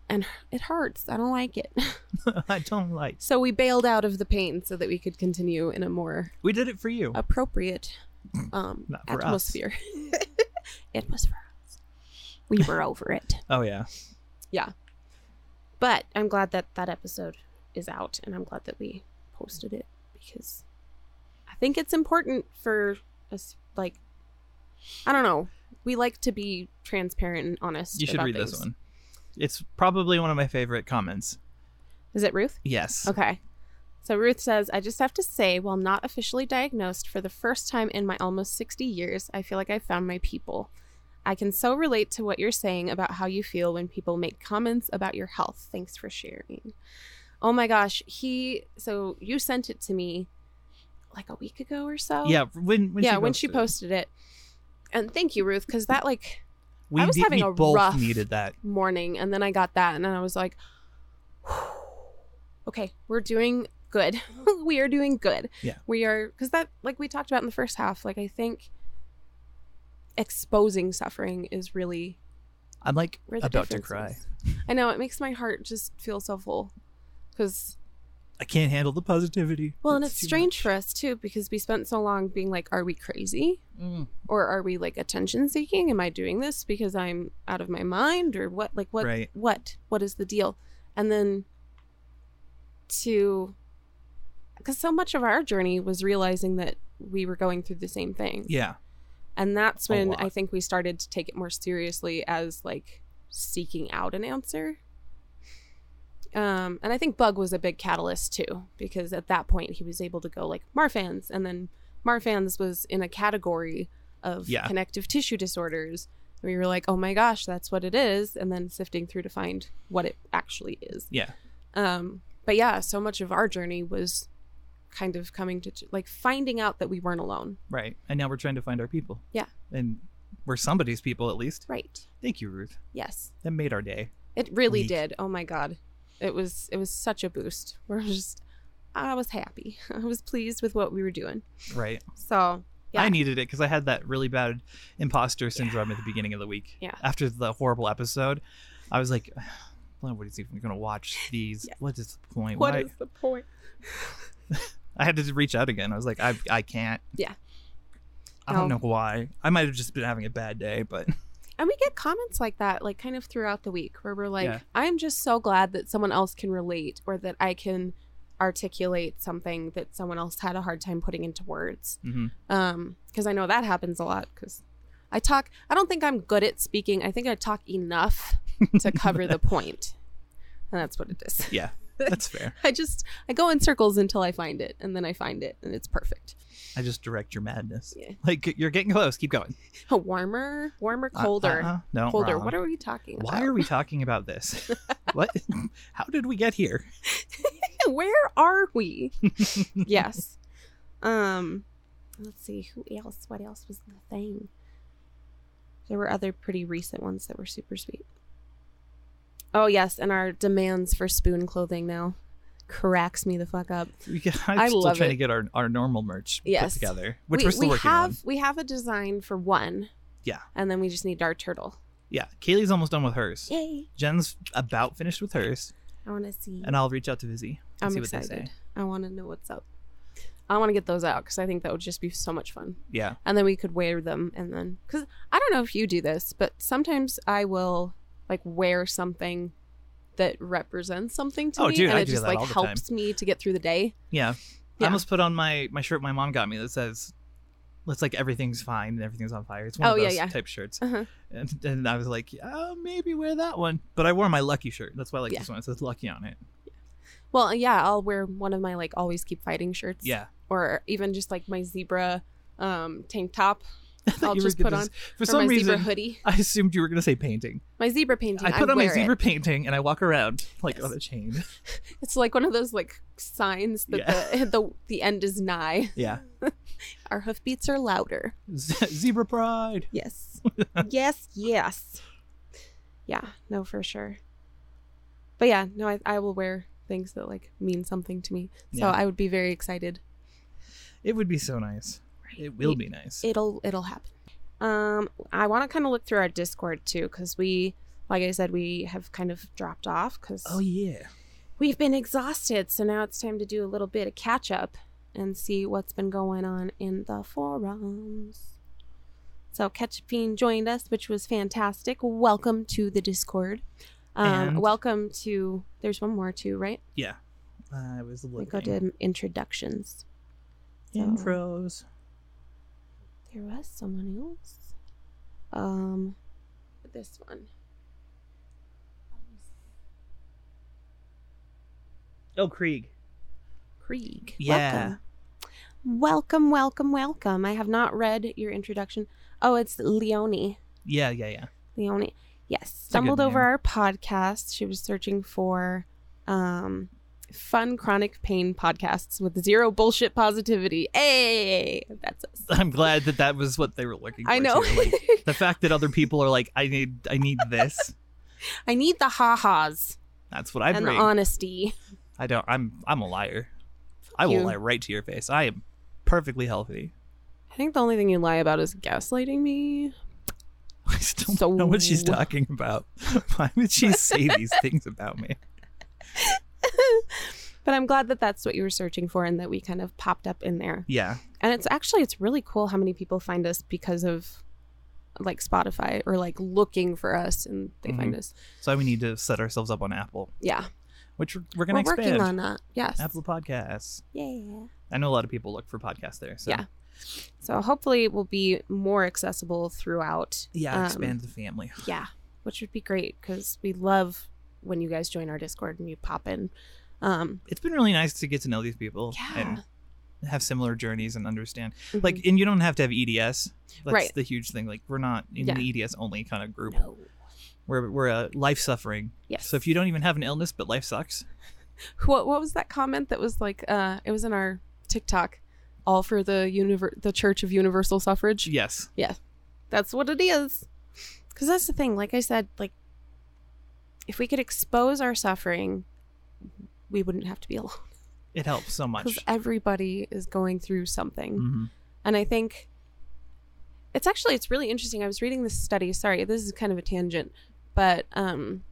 [SPEAKER 1] and it hurts. I don't like it.
[SPEAKER 2] I don't like.
[SPEAKER 1] so we bailed out of the pain so that we could continue in a more
[SPEAKER 2] We did it for you.
[SPEAKER 1] Oh. appropriate um
[SPEAKER 2] Mm. Not for us.
[SPEAKER 1] atmosphere. it was for us. We were over it.
[SPEAKER 2] oh yeah.
[SPEAKER 1] But I'm glad that that episode is out and I'm glad that we posted it because I think it's important for us like I don't know. We like to be transparent and honest.
[SPEAKER 2] You should
[SPEAKER 1] about
[SPEAKER 2] read this
[SPEAKER 1] things.
[SPEAKER 2] one. It's probably one of my favorite comments.
[SPEAKER 1] Is it Ruth?
[SPEAKER 2] Yes.
[SPEAKER 1] Okay. So Ruth says, I just have to say, while not officially diagnosed, for the first time in my almost 60 years, I feel like I found my people. I can so relate to what you're saying about how you feel when people make comments about your health. Thanks for sharing. Oh my gosh, he so you sent it to me like a week ago or so.
[SPEAKER 2] Yeah. When, when
[SPEAKER 1] yeah,
[SPEAKER 2] she
[SPEAKER 1] when she
[SPEAKER 2] it.
[SPEAKER 1] posted it. And thank you, Ruth, because that like
[SPEAKER 2] we,
[SPEAKER 1] I was
[SPEAKER 2] did-
[SPEAKER 1] having
[SPEAKER 2] we
[SPEAKER 1] a
[SPEAKER 2] both
[SPEAKER 1] rough-
[SPEAKER 2] needed that.
[SPEAKER 1] morning and then I got that and then I was like okay we're doing good we are doing good
[SPEAKER 2] Yeah.
[SPEAKER 1] we are because that like we talked about in the first half like I think exposing suffering is really
[SPEAKER 2] I'm like
[SPEAKER 1] where the
[SPEAKER 2] about to
[SPEAKER 1] difference
[SPEAKER 2] cry.
[SPEAKER 1] is. I know it makes my heart just feel so full because
[SPEAKER 2] I can't handle the positivity.
[SPEAKER 1] well and it's
[SPEAKER 2] too
[SPEAKER 1] strange
[SPEAKER 2] much.
[SPEAKER 1] for us too because we spent so long being like are we crazy
[SPEAKER 2] Mm.
[SPEAKER 1] or are we like attention seeking am i doing this because i'm out of my mind or what like what
[SPEAKER 2] Right.
[SPEAKER 1] what what is the deal and then to because so much of our journey was realizing that we were going through the same thing
[SPEAKER 2] Yeah.
[SPEAKER 1] and that's
[SPEAKER 2] A
[SPEAKER 1] when
[SPEAKER 2] lot.
[SPEAKER 1] i think we started to take it more seriously as like seeking out an answer um and i think bug was a big catalyst too because at that point he was able to go like marfan's and then marfan's was in a category of
[SPEAKER 2] Yeah.
[SPEAKER 1] connective tissue disorders we were like oh my gosh that's what it is and then sifting through to find what it actually is
[SPEAKER 2] Yeah.
[SPEAKER 1] um but yeah so much of our journey was kind of coming to like finding out that we weren't alone
[SPEAKER 2] Right. And now we're trying to find our people.
[SPEAKER 1] Yeah.
[SPEAKER 2] And we're somebody's people at least.
[SPEAKER 1] right
[SPEAKER 2] Thank you, Ruth.
[SPEAKER 1] yes
[SPEAKER 2] That made our day.
[SPEAKER 1] It really
[SPEAKER 2] week.
[SPEAKER 1] did. Oh my god. It was it was such a boost. We're just I was happy. I was pleased with what we were doing.
[SPEAKER 2] Right.
[SPEAKER 1] So yeah.
[SPEAKER 2] I needed it because I had that really bad imposter syndrome at the beginning of the week.
[SPEAKER 1] Yeah.
[SPEAKER 2] After the horrible episode, I was like, nobody's even going to watch these.
[SPEAKER 1] Yeah.
[SPEAKER 2] What is the point?
[SPEAKER 1] What
[SPEAKER 2] Why-
[SPEAKER 1] is the point?
[SPEAKER 2] I had to reach out again. I was like, I, I can't.
[SPEAKER 1] Yeah.
[SPEAKER 2] I don't
[SPEAKER 1] No.
[SPEAKER 2] know why. I might have just been having a bad day, but
[SPEAKER 1] And we get comments like that, like kind of throughout the week, where we're like,
[SPEAKER 2] Yeah.
[SPEAKER 1] I'm just so glad that someone else can relate or that I can articulate something that someone else had a hard time putting into words.
[SPEAKER 2] Mhm.
[SPEAKER 1] Um, because I know that happens a lot because I talk I don't think I'm good at speaking. I think I talk enough to cover the point. And that's what it is.
[SPEAKER 2] yeah, that's fair.
[SPEAKER 1] I just I go in circles until I find it, and then I find it, and it's perfect.
[SPEAKER 2] I just direct your madness.
[SPEAKER 1] Yeah.
[SPEAKER 2] Like, you're getting close. Keep going.
[SPEAKER 1] A warmer, warmer,
[SPEAKER 2] Uh,
[SPEAKER 1] colder,
[SPEAKER 2] uh-uh. No.
[SPEAKER 1] colder.
[SPEAKER 2] wrong.
[SPEAKER 1] What are we talking
[SPEAKER 2] Why
[SPEAKER 1] about?
[SPEAKER 2] are we talking about this? what? How did we get here?
[SPEAKER 1] Where are we? yes. Um, let's see who else. What else was the thing? There were other pretty recent ones that were super sweet. Oh yes, and our demands for spoon clothing now cracks me the fuck up.
[SPEAKER 2] We got, I'm
[SPEAKER 1] I
[SPEAKER 2] still
[SPEAKER 1] love
[SPEAKER 2] trying
[SPEAKER 1] it.
[SPEAKER 2] to get our, our normal merch put
[SPEAKER 1] Yes.
[SPEAKER 2] together, which
[SPEAKER 1] we,
[SPEAKER 2] we, are still
[SPEAKER 1] we
[SPEAKER 2] working
[SPEAKER 1] have
[SPEAKER 2] on.
[SPEAKER 1] we have a design for one.
[SPEAKER 2] Yeah.
[SPEAKER 1] And then we just need our turtle.
[SPEAKER 2] Yeah, Kaylee's almost done with hers.
[SPEAKER 1] Yay.
[SPEAKER 2] Jen's about finished with hers,
[SPEAKER 1] I wanna see.
[SPEAKER 2] and I'll reach out to Vizzy. and
[SPEAKER 1] I'm
[SPEAKER 2] see what they
[SPEAKER 1] excited.
[SPEAKER 2] say.
[SPEAKER 1] I wanna know what's up. I want to get those out because I think that would just be so much fun.
[SPEAKER 2] Yeah,
[SPEAKER 1] and then we could wear them and then because i don't know if you do this but sometimes i will like wear something that represents something to
[SPEAKER 2] Oh,
[SPEAKER 1] me
[SPEAKER 2] dude,
[SPEAKER 1] and
[SPEAKER 2] I
[SPEAKER 1] it
[SPEAKER 2] do
[SPEAKER 1] just
[SPEAKER 2] that
[SPEAKER 1] like
[SPEAKER 2] all the time.
[SPEAKER 1] helps me to get through the day
[SPEAKER 2] yeah. I
[SPEAKER 1] Yeah.
[SPEAKER 2] almost put on my my shirt my mom got me that says, "Let's like everything's fine and everything's on fire." It's one
[SPEAKER 1] Oh,
[SPEAKER 2] of
[SPEAKER 1] yeah,
[SPEAKER 2] those
[SPEAKER 1] yeah.
[SPEAKER 2] type shirts,
[SPEAKER 1] Uh-huh.
[SPEAKER 2] and, and I was like, oh, maybe wear that one. But I wore my lucky shirt. That's why I like
[SPEAKER 1] Yeah.
[SPEAKER 2] this one. It says lucky on it.
[SPEAKER 1] well yeah i'll wear one of my like always keep fighting shirts
[SPEAKER 2] Yeah.
[SPEAKER 1] or even just like my zebra um tank top
[SPEAKER 2] thought
[SPEAKER 1] i'll
[SPEAKER 2] you were
[SPEAKER 1] just put
[SPEAKER 2] gonna
[SPEAKER 1] on
[SPEAKER 2] s- for
[SPEAKER 1] or my
[SPEAKER 2] some reason
[SPEAKER 1] zebra hoodie
[SPEAKER 2] I assumed you were gonna say painting.
[SPEAKER 1] my zebra painting
[SPEAKER 2] I put on
[SPEAKER 1] wear
[SPEAKER 2] my
[SPEAKER 1] it.
[SPEAKER 2] zebra painting and I walk around like
[SPEAKER 1] Yes.
[SPEAKER 2] on a chain.
[SPEAKER 1] it's like one of those like signs that
[SPEAKER 2] Yeah.
[SPEAKER 1] the, the the end is nigh
[SPEAKER 2] Yeah,
[SPEAKER 1] our hoofbeats are louder
[SPEAKER 2] Z- zebra pride.
[SPEAKER 1] Yes. yes, yes. Yeah, no, for sure. But yeah, no, I, I will wear things that like mean something to me. So
[SPEAKER 2] Yeah.
[SPEAKER 1] I would be very excited.
[SPEAKER 2] It would be so nice. It will be nice.
[SPEAKER 1] It'll it'll happen. Um, I want to kind of look through our Discord too, because we, like I said, we have kind of dropped off because
[SPEAKER 2] oh yeah.
[SPEAKER 1] we've been exhausted. So now it's time to do a little bit of catch up and see what's been going on in the forums. So Ketchupine joined us, which was fantastic. Welcome to the Discord. Um,
[SPEAKER 2] And-
[SPEAKER 1] welcome to. There's one more too, right?
[SPEAKER 2] Yeah. I was
[SPEAKER 1] We
[SPEAKER 2] looking.
[SPEAKER 1] go to introductions. So-
[SPEAKER 2] Intros.
[SPEAKER 1] There was someone else. Um, this one.
[SPEAKER 2] Oh, Krieg.
[SPEAKER 1] Krieg.
[SPEAKER 2] Yeah.
[SPEAKER 1] Welcome. Welcome, welcome, welcome. I have not read your introduction. Oh, it's Leonie.
[SPEAKER 2] Yeah, yeah, yeah.
[SPEAKER 1] Leone. Yes,
[SPEAKER 2] a good
[SPEAKER 1] stumbled over
[SPEAKER 2] name.
[SPEAKER 1] our podcast. She was searching for um, fun chronic pain podcasts with zero bullshit positivity. Hey, that's us.
[SPEAKER 2] I'm glad that that was what they were looking for.
[SPEAKER 1] I know.
[SPEAKER 2] too. Like, the fact that other people are like, I need, I need this.
[SPEAKER 1] I need the ha ha's
[SPEAKER 2] That's what I
[SPEAKER 1] and the
[SPEAKER 2] bring.
[SPEAKER 1] honesty.
[SPEAKER 2] I don't. I'm, I'm a liar. I will
[SPEAKER 1] you.
[SPEAKER 2] lie right to your face. I am perfectly healthy.
[SPEAKER 1] I think the only thing you lie about is gaslighting me.
[SPEAKER 2] I still
[SPEAKER 1] So-
[SPEAKER 2] don't know what she's talking about. Why would she say these things about me?
[SPEAKER 1] But I'm glad that that's what you were searching for and that we kind of popped up in there.
[SPEAKER 2] Yeah,
[SPEAKER 1] And it's actually it's really cool how many people find us because of like Spotify or like looking for us and they find
[SPEAKER 2] Mm-hmm.
[SPEAKER 1] us.
[SPEAKER 2] so we need to set ourselves up on Apple,
[SPEAKER 1] Yeah.
[SPEAKER 2] which we're, we're gonna
[SPEAKER 1] We're
[SPEAKER 2] expand.
[SPEAKER 1] working on that. Yes.
[SPEAKER 2] Apple Podcasts.
[SPEAKER 1] Yeah.
[SPEAKER 2] I know a lot of people look for podcasts there. So
[SPEAKER 1] Yeah. So hopefully it will be more accessible throughout.
[SPEAKER 2] yeah,
[SPEAKER 1] Um,
[SPEAKER 2] expand the family.
[SPEAKER 1] Yeah, which would be great because we love when you guys join our Discord and you pop in. Um,
[SPEAKER 2] It's been really nice to get to know these people.
[SPEAKER 1] yeah,
[SPEAKER 2] And have similar journeys and understand.
[SPEAKER 1] Mhm.
[SPEAKER 2] Like, and you don't have to have EDS. That's
[SPEAKER 1] Right.
[SPEAKER 2] the huge thing. Like, we're not in
[SPEAKER 1] Yeah.
[SPEAKER 2] an EDS only kind of group.
[SPEAKER 1] no,
[SPEAKER 2] We're we're a life suffering.
[SPEAKER 1] yes.
[SPEAKER 2] So if you don't even have an illness, but life sucks.
[SPEAKER 1] what what was that comment that was like? Uh, it was in our TikTok, all for the univer- the Church of Universal Suffrage.
[SPEAKER 2] Yes.
[SPEAKER 1] That's what it is. Because that's the thing. Like I said, like if we could expose our suffering, we wouldn't have to be alone.
[SPEAKER 2] It helps so much.
[SPEAKER 1] Because everybody is going through something.
[SPEAKER 2] hmm
[SPEAKER 1] and i think it's actually it's really interesting i was reading this study sorry this is kind of a tangent but um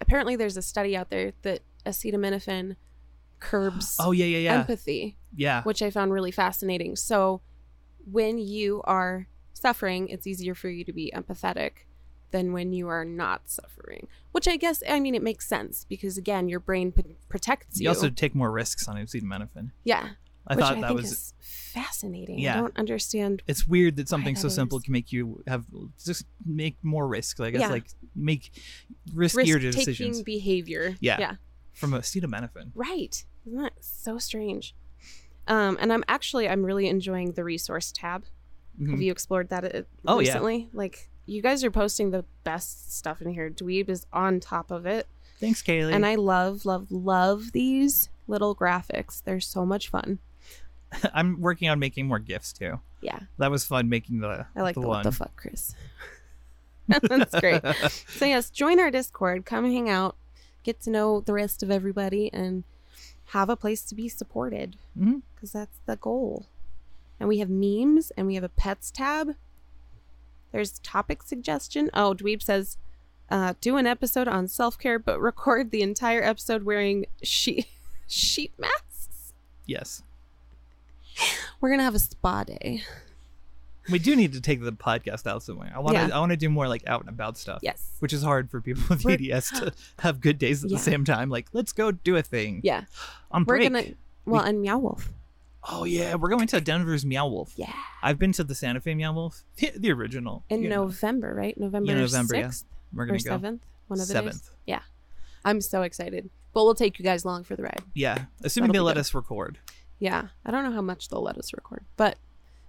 [SPEAKER 1] apparently there's a study out there that acetaminophen curbs
[SPEAKER 2] Oh yeah, yeah, yeah,
[SPEAKER 1] empathy
[SPEAKER 2] yeah.
[SPEAKER 1] which i found really fascinating so when you are suffering it's easier for you to be empathetic than when you are not suffering which i guess i mean it makes sense because again your brain p- protects you,
[SPEAKER 2] You also take more risks on acetaminophen.
[SPEAKER 1] yeah
[SPEAKER 2] I
[SPEAKER 1] which
[SPEAKER 2] thought
[SPEAKER 1] i
[SPEAKER 2] that
[SPEAKER 1] think
[SPEAKER 2] was.
[SPEAKER 1] is fascinating i
[SPEAKER 2] Yeah.
[SPEAKER 1] don't understand
[SPEAKER 2] It's weird that something
[SPEAKER 1] that
[SPEAKER 2] so simple
[SPEAKER 1] is.
[SPEAKER 2] can make you have just make more risks. I guess
[SPEAKER 1] Yeah.
[SPEAKER 2] like make riskier
[SPEAKER 1] risk
[SPEAKER 2] decisions
[SPEAKER 1] taking behavior.
[SPEAKER 2] Yeah.
[SPEAKER 1] Yeah.
[SPEAKER 2] from acetaminophen.
[SPEAKER 1] Right. Isn't that so strange? Um, and I'm actually I'm really enjoying the resource tab. Have
[SPEAKER 2] Mhm.
[SPEAKER 1] you explored that uh,
[SPEAKER 2] Oh, yeah.
[SPEAKER 1] recently? Like you guys are posting the best stuff in here. Dweeb is on top of it.
[SPEAKER 2] Thanks, Kaylee.
[SPEAKER 1] And I love, love, love these little graphics. They're so much fun.
[SPEAKER 2] I'm working on making more gifts too.
[SPEAKER 1] Yeah.
[SPEAKER 2] That was fun making the
[SPEAKER 1] I like
[SPEAKER 2] the
[SPEAKER 1] the, what
[SPEAKER 2] one.
[SPEAKER 1] the fuck, Chris. That's great. So yes, join our Discord. Come hang out, get to know the rest of everybody, and have a place to be supported.
[SPEAKER 2] Mm-hmm.
[SPEAKER 4] Mhm.
[SPEAKER 1] Because that's the goal. And we have memes, and we have a pets tab. There's topic suggestion. Oh, Dweeb says, uh, do an episode on self care, but record the entire episode wearing sheet sheet masks.
[SPEAKER 2] Yes.
[SPEAKER 1] We're gonna have a spa day.
[SPEAKER 2] We do need to take the podcast out somewhere. I want to.
[SPEAKER 1] Yeah.
[SPEAKER 2] I want to do more like out and about stuff,
[SPEAKER 1] Yes.
[SPEAKER 2] which is hard for people with
[SPEAKER 1] We're-
[SPEAKER 2] ADS to have good days at
[SPEAKER 1] Yeah.
[SPEAKER 2] the same time. Like, let's go do a thing.
[SPEAKER 1] Yeah.
[SPEAKER 2] On
[SPEAKER 1] We're
[SPEAKER 2] break.
[SPEAKER 1] gonna well and Meow Wolf.
[SPEAKER 2] Oh yeah, we're going to Denver's Meow Wolf.
[SPEAKER 1] Yeah.
[SPEAKER 2] I've been to the Santa Fe Meow Wolf, the, the original.
[SPEAKER 1] In
[SPEAKER 2] you know.
[SPEAKER 1] November, right? November,
[SPEAKER 2] November, yeah.
[SPEAKER 1] 6th
[SPEAKER 2] we're
[SPEAKER 1] or
[SPEAKER 2] gonna go
[SPEAKER 1] 7th. One of the days.
[SPEAKER 2] seventh.
[SPEAKER 1] I'm so excited. But we'll take you guys along for the ride.
[SPEAKER 2] Yeah, assuming
[SPEAKER 1] That'll
[SPEAKER 2] they
[SPEAKER 1] be
[SPEAKER 2] let
[SPEAKER 1] good.
[SPEAKER 2] us record.
[SPEAKER 1] Yeah. I don't know how much they'll let us record, but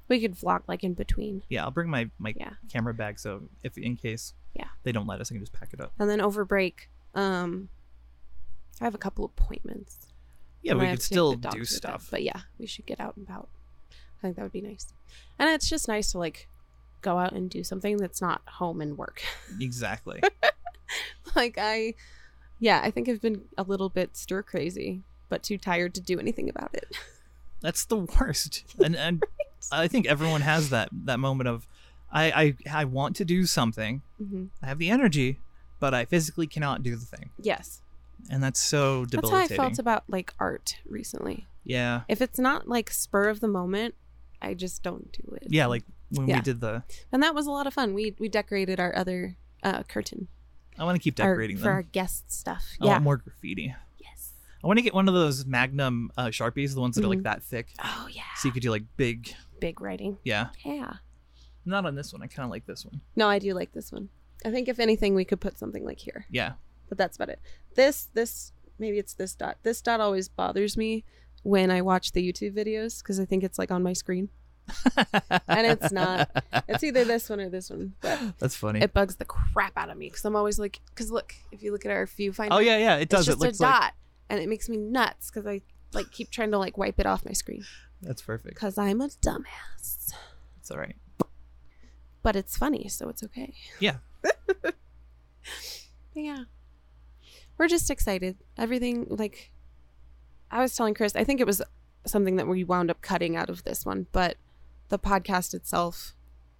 [SPEAKER 1] we could vlog like in between.
[SPEAKER 2] Yeah, I'll bring my my
[SPEAKER 1] Yeah.
[SPEAKER 2] camera bag so if in case
[SPEAKER 1] Yeah.
[SPEAKER 2] they don't let us, I can just pack it up.
[SPEAKER 1] And then over break, um I have a couple appointments.
[SPEAKER 2] Yeah,
[SPEAKER 1] And I
[SPEAKER 2] we
[SPEAKER 1] have
[SPEAKER 2] could
[SPEAKER 1] to take
[SPEAKER 2] still
[SPEAKER 1] the dog to
[SPEAKER 2] do
[SPEAKER 1] the vet,
[SPEAKER 2] stuff.
[SPEAKER 1] but yeah, we should get out and about. I think that would be nice. And it's just nice to like go out and do something that's not home and work.
[SPEAKER 2] Exactly.
[SPEAKER 1] like I yeah, I think I've been a little bit stir crazy, but too tired to do anything about it.
[SPEAKER 2] That's the worst. And and I think everyone has that that moment of I I I want to do something.
[SPEAKER 1] hmm
[SPEAKER 2] I have the energy, but I physically cannot do the thing.
[SPEAKER 1] Yes.
[SPEAKER 2] And that's so
[SPEAKER 1] That's how I
[SPEAKER 2] debilitating.
[SPEAKER 1] felt about like art recently.
[SPEAKER 2] yeah.
[SPEAKER 1] If it's not like spur of the moment, I just don't do it.
[SPEAKER 2] Yeah, like when
[SPEAKER 1] Yeah.
[SPEAKER 2] we did the
[SPEAKER 1] and that was a lot of fun. We we decorated our other uh curtain
[SPEAKER 2] I want to keep
[SPEAKER 1] our-
[SPEAKER 2] decorating
[SPEAKER 1] for
[SPEAKER 2] them. Oh,
[SPEAKER 1] our guest stuff.
[SPEAKER 2] I
[SPEAKER 1] yeah.
[SPEAKER 2] want more graffiti.
[SPEAKER 1] Yes.
[SPEAKER 2] I want to get one of those Magnum uh, Sharpies, the ones that are like
[SPEAKER 1] Mhm.
[SPEAKER 2] that thick.
[SPEAKER 1] Oh yeah.
[SPEAKER 2] So you could do like big,
[SPEAKER 1] Big writing.
[SPEAKER 2] yeah.
[SPEAKER 1] Yeah.
[SPEAKER 2] Not on this one. I kind of like this one.
[SPEAKER 1] No, I do like this one. I think if anything we could put something like here.
[SPEAKER 2] Yeah.
[SPEAKER 1] but that's about it. This this maybe it's this dot. This dot always bothers me when I watch the YouTube videos because I think it's like on my screen and it's not. It's either this one or this one, but
[SPEAKER 2] That's funny.
[SPEAKER 1] it bugs the crap out of me because I'm always like, because look, if you look at our viewfinder,
[SPEAKER 2] oh yeah, yeah. It
[SPEAKER 1] it's
[SPEAKER 2] does.
[SPEAKER 1] just
[SPEAKER 2] It looks
[SPEAKER 1] a dot,
[SPEAKER 2] like
[SPEAKER 1] and it makes me nuts because I like keep trying to like wipe it off my screen
[SPEAKER 2] that's perfect.
[SPEAKER 1] because I'm a dumbass.
[SPEAKER 2] It's all right.
[SPEAKER 1] But it's funny, so it's okay.
[SPEAKER 2] Yeah.
[SPEAKER 1] But yeah. We're just excited. Everything like I was telling Chris, I think it was something that we wound up cutting out of this one, but the podcast itself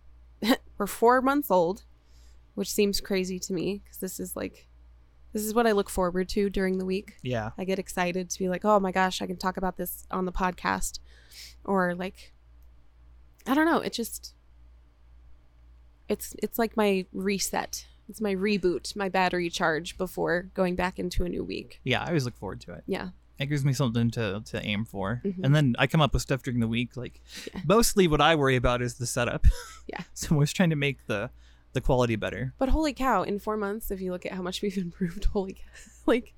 [SPEAKER 1] we're 4 months old, which seems crazy to me cuz this is like this is what I look forward to during the week.
[SPEAKER 2] Yeah.
[SPEAKER 1] I get excited to be like, oh my gosh, I can talk about this on the podcast. Or like I don't know, it just it's it's like my reset. It's my reboot, my battery charge before going back into a new week.
[SPEAKER 2] Yeah. I always look forward to it.
[SPEAKER 1] Yeah.
[SPEAKER 2] It gives me something to to aim for,
[SPEAKER 1] Mhm.
[SPEAKER 2] and then I come up with stuff during the week. Like
[SPEAKER 1] Yeah.
[SPEAKER 2] mostly what I worry about is the setup.
[SPEAKER 1] Yeah.
[SPEAKER 2] So I'm always trying to make the the quality better.
[SPEAKER 1] But holy cow, in four months, if you look at how much we've improved, holy cow. Like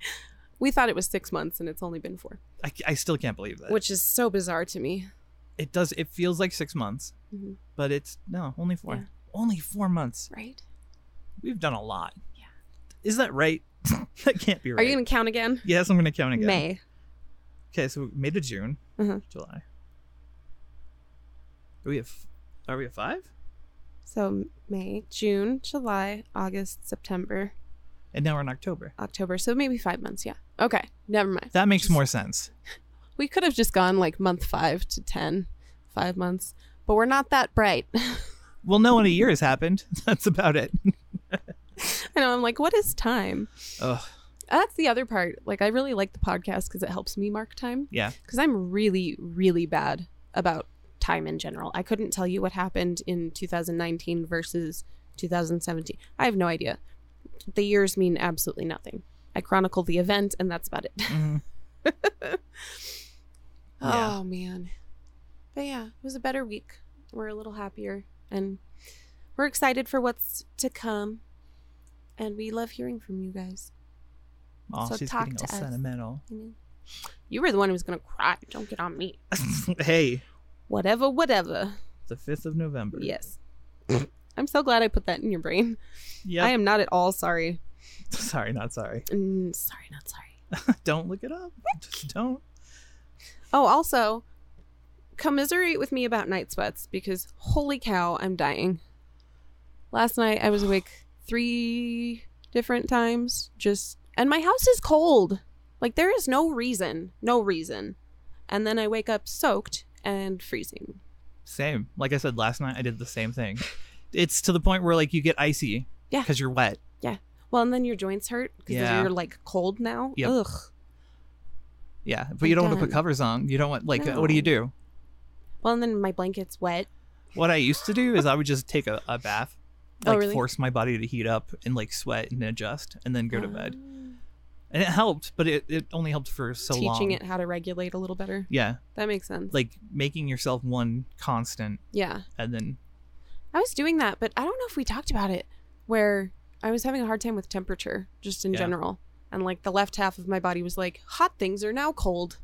[SPEAKER 1] we thought it was six months and it's only been four.
[SPEAKER 2] I, I still can't believe that.
[SPEAKER 1] Which is so bizarre to me.
[SPEAKER 2] it does. It feels like six months,
[SPEAKER 1] Mhm.
[SPEAKER 2] but it's no only four.
[SPEAKER 1] Yeah.
[SPEAKER 2] Only four months.
[SPEAKER 1] Right?
[SPEAKER 2] We've done a lot.
[SPEAKER 1] Yeah.
[SPEAKER 2] Is that right? that can't be right.
[SPEAKER 1] Are you gonna count again?
[SPEAKER 2] Yes, I'm gonna count again.
[SPEAKER 1] May.
[SPEAKER 2] Okay, so May to June,
[SPEAKER 1] Uh-huh.
[SPEAKER 2] July. Are we a f- are we a five?
[SPEAKER 1] So May, June, July, August, September,
[SPEAKER 2] And now we're in October.
[SPEAKER 1] October, so maybe five months. Yeah. Okay. Never mind.
[SPEAKER 2] That makes more sense.
[SPEAKER 1] We could have just gone like month five to ten, five months, but we're not that bright. I
[SPEAKER 2] Well, no, in a year has happened. That's about it.
[SPEAKER 1] know. I'm like, what is time?
[SPEAKER 2] Ugh.
[SPEAKER 1] That's the other part. Like, I really like the podcast because it helps me mark time.
[SPEAKER 2] Yeah.
[SPEAKER 1] Because I'm really, really bad about time in general. I couldn't tell you what happened in 2019 versus 2017. I have no idea. The years mean absolutely nothing. I chronicle the event, and that's about it.
[SPEAKER 2] Mhm. Yeah.
[SPEAKER 1] Oh man. But yeah, it was a better week. We're a little happier and we're excited for what's to come. And we love hearing from you guys.
[SPEAKER 2] Oh,
[SPEAKER 1] So
[SPEAKER 2] she's
[SPEAKER 1] talk
[SPEAKER 2] getting all
[SPEAKER 1] to us.
[SPEAKER 2] sentimental.
[SPEAKER 1] You, know? you were the one who was gonna cry. Don't get on me.
[SPEAKER 2] hey,
[SPEAKER 1] Whatever, whatever.
[SPEAKER 2] the fifth of November.
[SPEAKER 1] Yes. I'm so glad I put that in your brain.
[SPEAKER 2] Yep.
[SPEAKER 1] I am not at all sorry.
[SPEAKER 2] sorry, not sorry.
[SPEAKER 1] Mm, sorry, not sorry.
[SPEAKER 2] Don't look it up. Just don't.
[SPEAKER 1] Oh, also, commiserate with me about night sweats because holy cow, I'm dying. Last night I was awake three different times. Just and my house is cold. Like there is no reason, no reason. And then I wake up soaked and freezing.
[SPEAKER 2] Same. Like I said last night, I did the same thing. It's to the point where like you get icy.
[SPEAKER 1] Yeah.
[SPEAKER 2] Because you're wet.
[SPEAKER 1] Well, and then your joints hurt because
[SPEAKER 2] Yeah.
[SPEAKER 1] you're like cold now.
[SPEAKER 2] Yep.
[SPEAKER 1] Ugh.
[SPEAKER 2] Yeah. But you don't want to put
[SPEAKER 1] done.
[SPEAKER 2] covers on. You don't want like what do you do?
[SPEAKER 1] Well, and then my blanket's wet.
[SPEAKER 2] What I used to do is I would just take a, a bath.
[SPEAKER 1] Oh,
[SPEAKER 2] Like
[SPEAKER 1] really?
[SPEAKER 2] force my body to heat up and like sweat and adjust and then go to bed.
[SPEAKER 1] Oh.
[SPEAKER 2] And it helped, but it, it only helped for so
[SPEAKER 1] Teaching
[SPEAKER 2] long.
[SPEAKER 1] it how to regulate a little better.
[SPEAKER 2] Yeah.
[SPEAKER 1] That makes sense.
[SPEAKER 2] Like making yourself one constant
[SPEAKER 1] yeah.
[SPEAKER 2] and then
[SPEAKER 1] I was doing that, but I don't know if we talked about it where I was having a hard time with temperature just in
[SPEAKER 2] Yeah.
[SPEAKER 1] general. And like the left half of my body was like, hot things are now cold.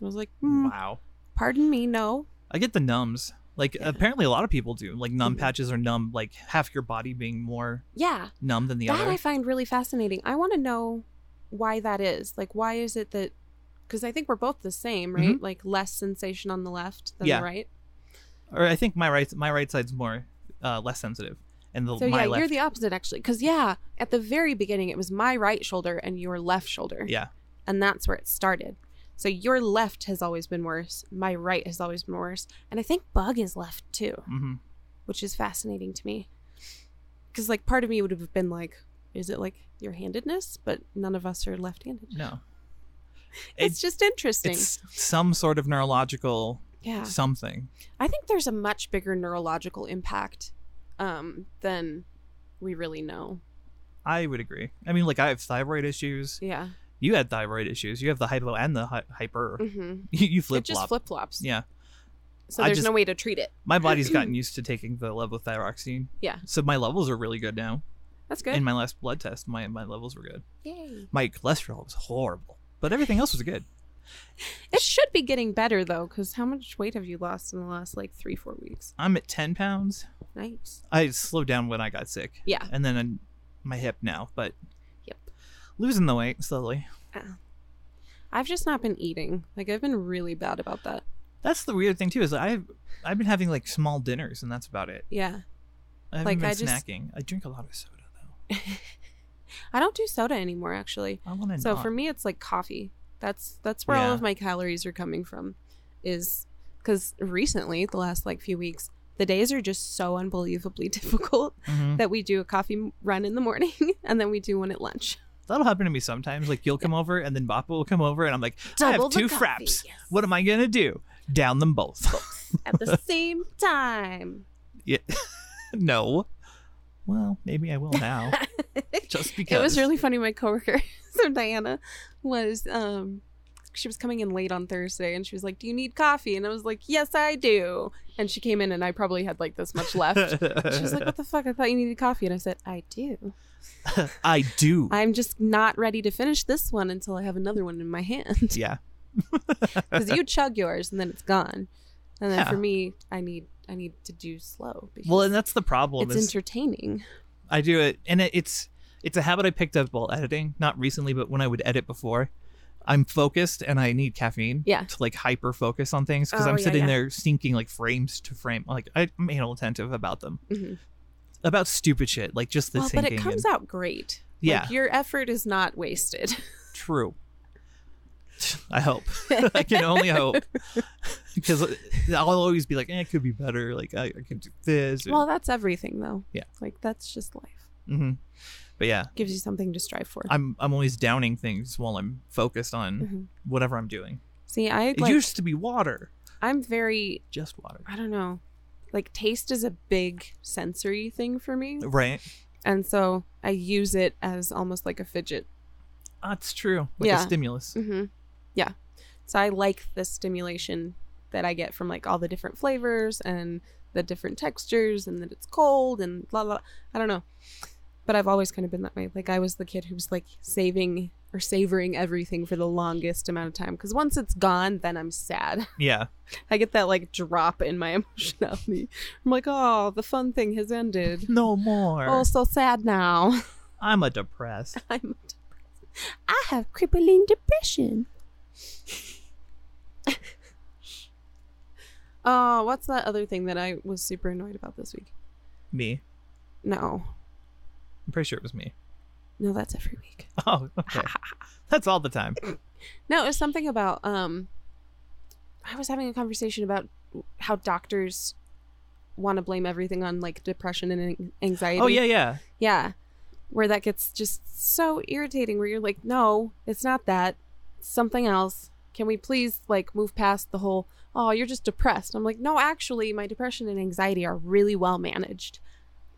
[SPEAKER 1] I was like, "Hmm,
[SPEAKER 2] wow.
[SPEAKER 1] pardon me, no.
[SPEAKER 2] I get the numbs. Like
[SPEAKER 1] Yeah.
[SPEAKER 2] apparently a lot of people do. Like numb
[SPEAKER 1] Mhm.
[SPEAKER 2] patches are numb, like half your body being more
[SPEAKER 1] Yeah.
[SPEAKER 2] numb than the
[SPEAKER 1] that
[SPEAKER 2] other.
[SPEAKER 1] I find really fascinating. I want to know why that is. Like, why is it that? Because I think we're both the same, right? Like less sensation on the left than
[SPEAKER 2] Mm-hmm. Yeah.
[SPEAKER 1] the right.
[SPEAKER 2] or I think my right my right side's more uh, less sensitive, and the
[SPEAKER 1] So
[SPEAKER 2] my
[SPEAKER 1] yeah,
[SPEAKER 2] left.
[SPEAKER 1] you're the opposite actually. Because yeah, at the very beginning it was my right shoulder and your left shoulder.
[SPEAKER 2] Yeah.
[SPEAKER 1] and that's where it started. So your left has always been worse. My right has always been worse, and I think Bug is left too,
[SPEAKER 2] hmm
[SPEAKER 1] which is fascinating to me. Because like part of me would have been like, is it like your handedness? But none of us are left-handed.
[SPEAKER 2] No,
[SPEAKER 1] It's just interesting.
[SPEAKER 2] it's some sort of neurological
[SPEAKER 1] yeah.
[SPEAKER 2] something.
[SPEAKER 1] I think there's a much bigger neurological impact um, than we really know.
[SPEAKER 2] I would agree. I mean, like I have thyroid issues.
[SPEAKER 1] Yeah.
[SPEAKER 2] You had thyroid issues. You have the hypo and the hy- hyper.
[SPEAKER 1] hmm
[SPEAKER 2] You, you flip
[SPEAKER 1] it just
[SPEAKER 2] flop.
[SPEAKER 1] flip flops.
[SPEAKER 2] Yeah,
[SPEAKER 1] So
[SPEAKER 2] I
[SPEAKER 1] there's
[SPEAKER 2] just-
[SPEAKER 1] no way to treat it.
[SPEAKER 2] my body's gotten used to taking the levothyroxine.
[SPEAKER 1] Yeah.
[SPEAKER 2] So my levels are really good now.
[SPEAKER 1] That's good.
[SPEAKER 2] In my last blood test, my my levels were good.
[SPEAKER 1] Yay.
[SPEAKER 2] My cholesterol was horrible, but everything else was good.
[SPEAKER 1] It should be getting better though, because how much weight have you lost in the last like three, four weeks?
[SPEAKER 2] I'm at ten pounds.
[SPEAKER 1] Nice.
[SPEAKER 2] I slowed down when I got sick.
[SPEAKER 1] Yeah.
[SPEAKER 2] And then in my hip now, but
[SPEAKER 1] Yep.
[SPEAKER 2] losing the weight slowly.
[SPEAKER 1] I've just not been eating. Like I've been really bad about that.
[SPEAKER 2] That's the weird thing too is I've I've been having like small dinners and that's about it.
[SPEAKER 1] Yeah.
[SPEAKER 2] I haven't
[SPEAKER 1] Like,
[SPEAKER 2] been
[SPEAKER 1] I just-
[SPEAKER 2] snacking. I drink a lot of soda though.
[SPEAKER 1] I don't do soda anymore actually.
[SPEAKER 2] I want to.
[SPEAKER 1] So
[SPEAKER 2] not.
[SPEAKER 1] for me, it's like coffee. That's that's where all
[SPEAKER 2] Yeah.
[SPEAKER 1] of my calories are coming from, is because recently, the last like few weeks, the days are just so unbelievably difficult
[SPEAKER 2] Mhm.
[SPEAKER 1] that we do a coffee m- run in the morning and then we do one at lunch.
[SPEAKER 2] that'll happen to me sometimes. Like you'll come over and then Bappa will come over and I'm like,
[SPEAKER 1] Double
[SPEAKER 2] I have
[SPEAKER 1] the
[SPEAKER 2] two
[SPEAKER 1] coffee,
[SPEAKER 2] fraps.
[SPEAKER 1] yes.
[SPEAKER 2] What am I gonna do? Down them both.
[SPEAKER 1] at the same time.
[SPEAKER 2] yeah. no. Well, maybe I will now. just because
[SPEAKER 1] It was really funny. My coworker, so Diana, was um, she was coming in late on Thursday, and she was like, "Do you need coffee?" And I was like, "Yes, I do." And she came in, and I probably had like this much left. She was like, "What the fuck? I thought you needed coffee." And I said, "I do.
[SPEAKER 2] I do.
[SPEAKER 1] I'm just not ready to finish this one until I have another one in my hand.
[SPEAKER 2] yeah.
[SPEAKER 1] Because you chug yours and then it's gone. And then
[SPEAKER 2] Yeah.
[SPEAKER 1] for me, I need I need to do slow. Because
[SPEAKER 2] Well, and that's the problem.
[SPEAKER 1] it's
[SPEAKER 2] is
[SPEAKER 1] entertaining.
[SPEAKER 2] I do it, and it, it's it's a habit I picked up while editing. Not recently, but when I would edit before, I'm focused and I need caffeine.
[SPEAKER 1] Yeah.
[SPEAKER 2] To like hyper focus on things because
[SPEAKER 1] Oh,
[SPEAKER 2] I'm
[SPEAKER 1] yeah,
[SPEAKER 2] sitting
[SPEAKER 1] yeah.
[SPEAKER 2] there syncing like frames to frame. Like I- I'm anal attentive about them,
[SPEAKER 1] Mhm.
[SPEAKER 2] about stupid shit, like just the
[SPEAKER 1] Well, but
[SPEAKER 2] syncing.
[SPEAKER 1] it comes
[SPEAKER 2] and,
[SPEAKER 1] out great.
[SPEAKER 2] Yeah.
[SPEAKER 1] Like, your effort is not wasted.
[SPEAKER 2] true. I hope. I can only hope because I'll always be like, eh, it could be better. Like I, I could do this.
[SPEAKER 1] Well, that's everything though.
[SPEAKER 2] Yeah.
[SPEAKER 1] Like that's just life.
[SPEAKER 2] hmm But yeah,
[SPEAKER 1] Gives you something to strive for.
[SPEAKER 2] I'm I'm always downing things while I'm focused on
[SPEAKER 1] Mhm.
[SPEAKER 2] whatever I'm doing.
[SPEAKER 1] See, I
[SPEAKER 2] It
[SPEAKER 1] like
[SPEAKER 2] used to be water,
[SPEAKER 1] I'm very
[SPEAKER 2] just water,
[SPEAKER 1] I don't know. Like taste is a big sensory thing for me.
[SPEAKER 2] right?
[SPEAKER 1] And so I use it as almost like a fidget
[SPEAKER 2] That's true. Like a
[SPEAKER 1] Yeah.
[SPEAKER 2] stimulus.
[SPEAKER 1] Mm-hmm. Yeah. So I like the stimulation that I get from like all the different flavors and the different textures and that it's cold and blah blah. I don't know. But I've always kind of been that way. Like I was the kid who was like saving or savoring everything for the longest amount of time cuz once it's gone then I'm sad.
[SPEAKER 2] Yeah,
[SPEAKER 1] I get that like drop in my emotionality. I'm like, "Oh, the fun thing has ended."
[SPEAKER 2] no more.
[SPEAKER 1] Oh, so sad now.
[SPEAKER 2] I'm a depressed.
[SPEAKER 1] I'm depressed. I have crippling depression. Oh, what's that other thing that I was super annoyed about this week?
[SPEAKER 2] Me.
[SPEAKER 1] No.
[SPEAKER 2] I'm pretty sure it was me.
[SPEAKER 1] No, that's every week.
[SPEAKER 2] Oh, okay. That's all the time.
[SPEAKER 1] No, it was something about um I was having a conversation about how doctors want to blame everything on like depression and an- anxiety.
[SPEAKER 2] Oh yeah, yeah.
[SPEAKER 1] Yeah. Where that gets just so irritating where you're like, "No, it's not that. It's something else. Can we please like move past the whole, "Oh, you're just depressed." I'm like, "No, actually, my depression and anxiety are really well managed.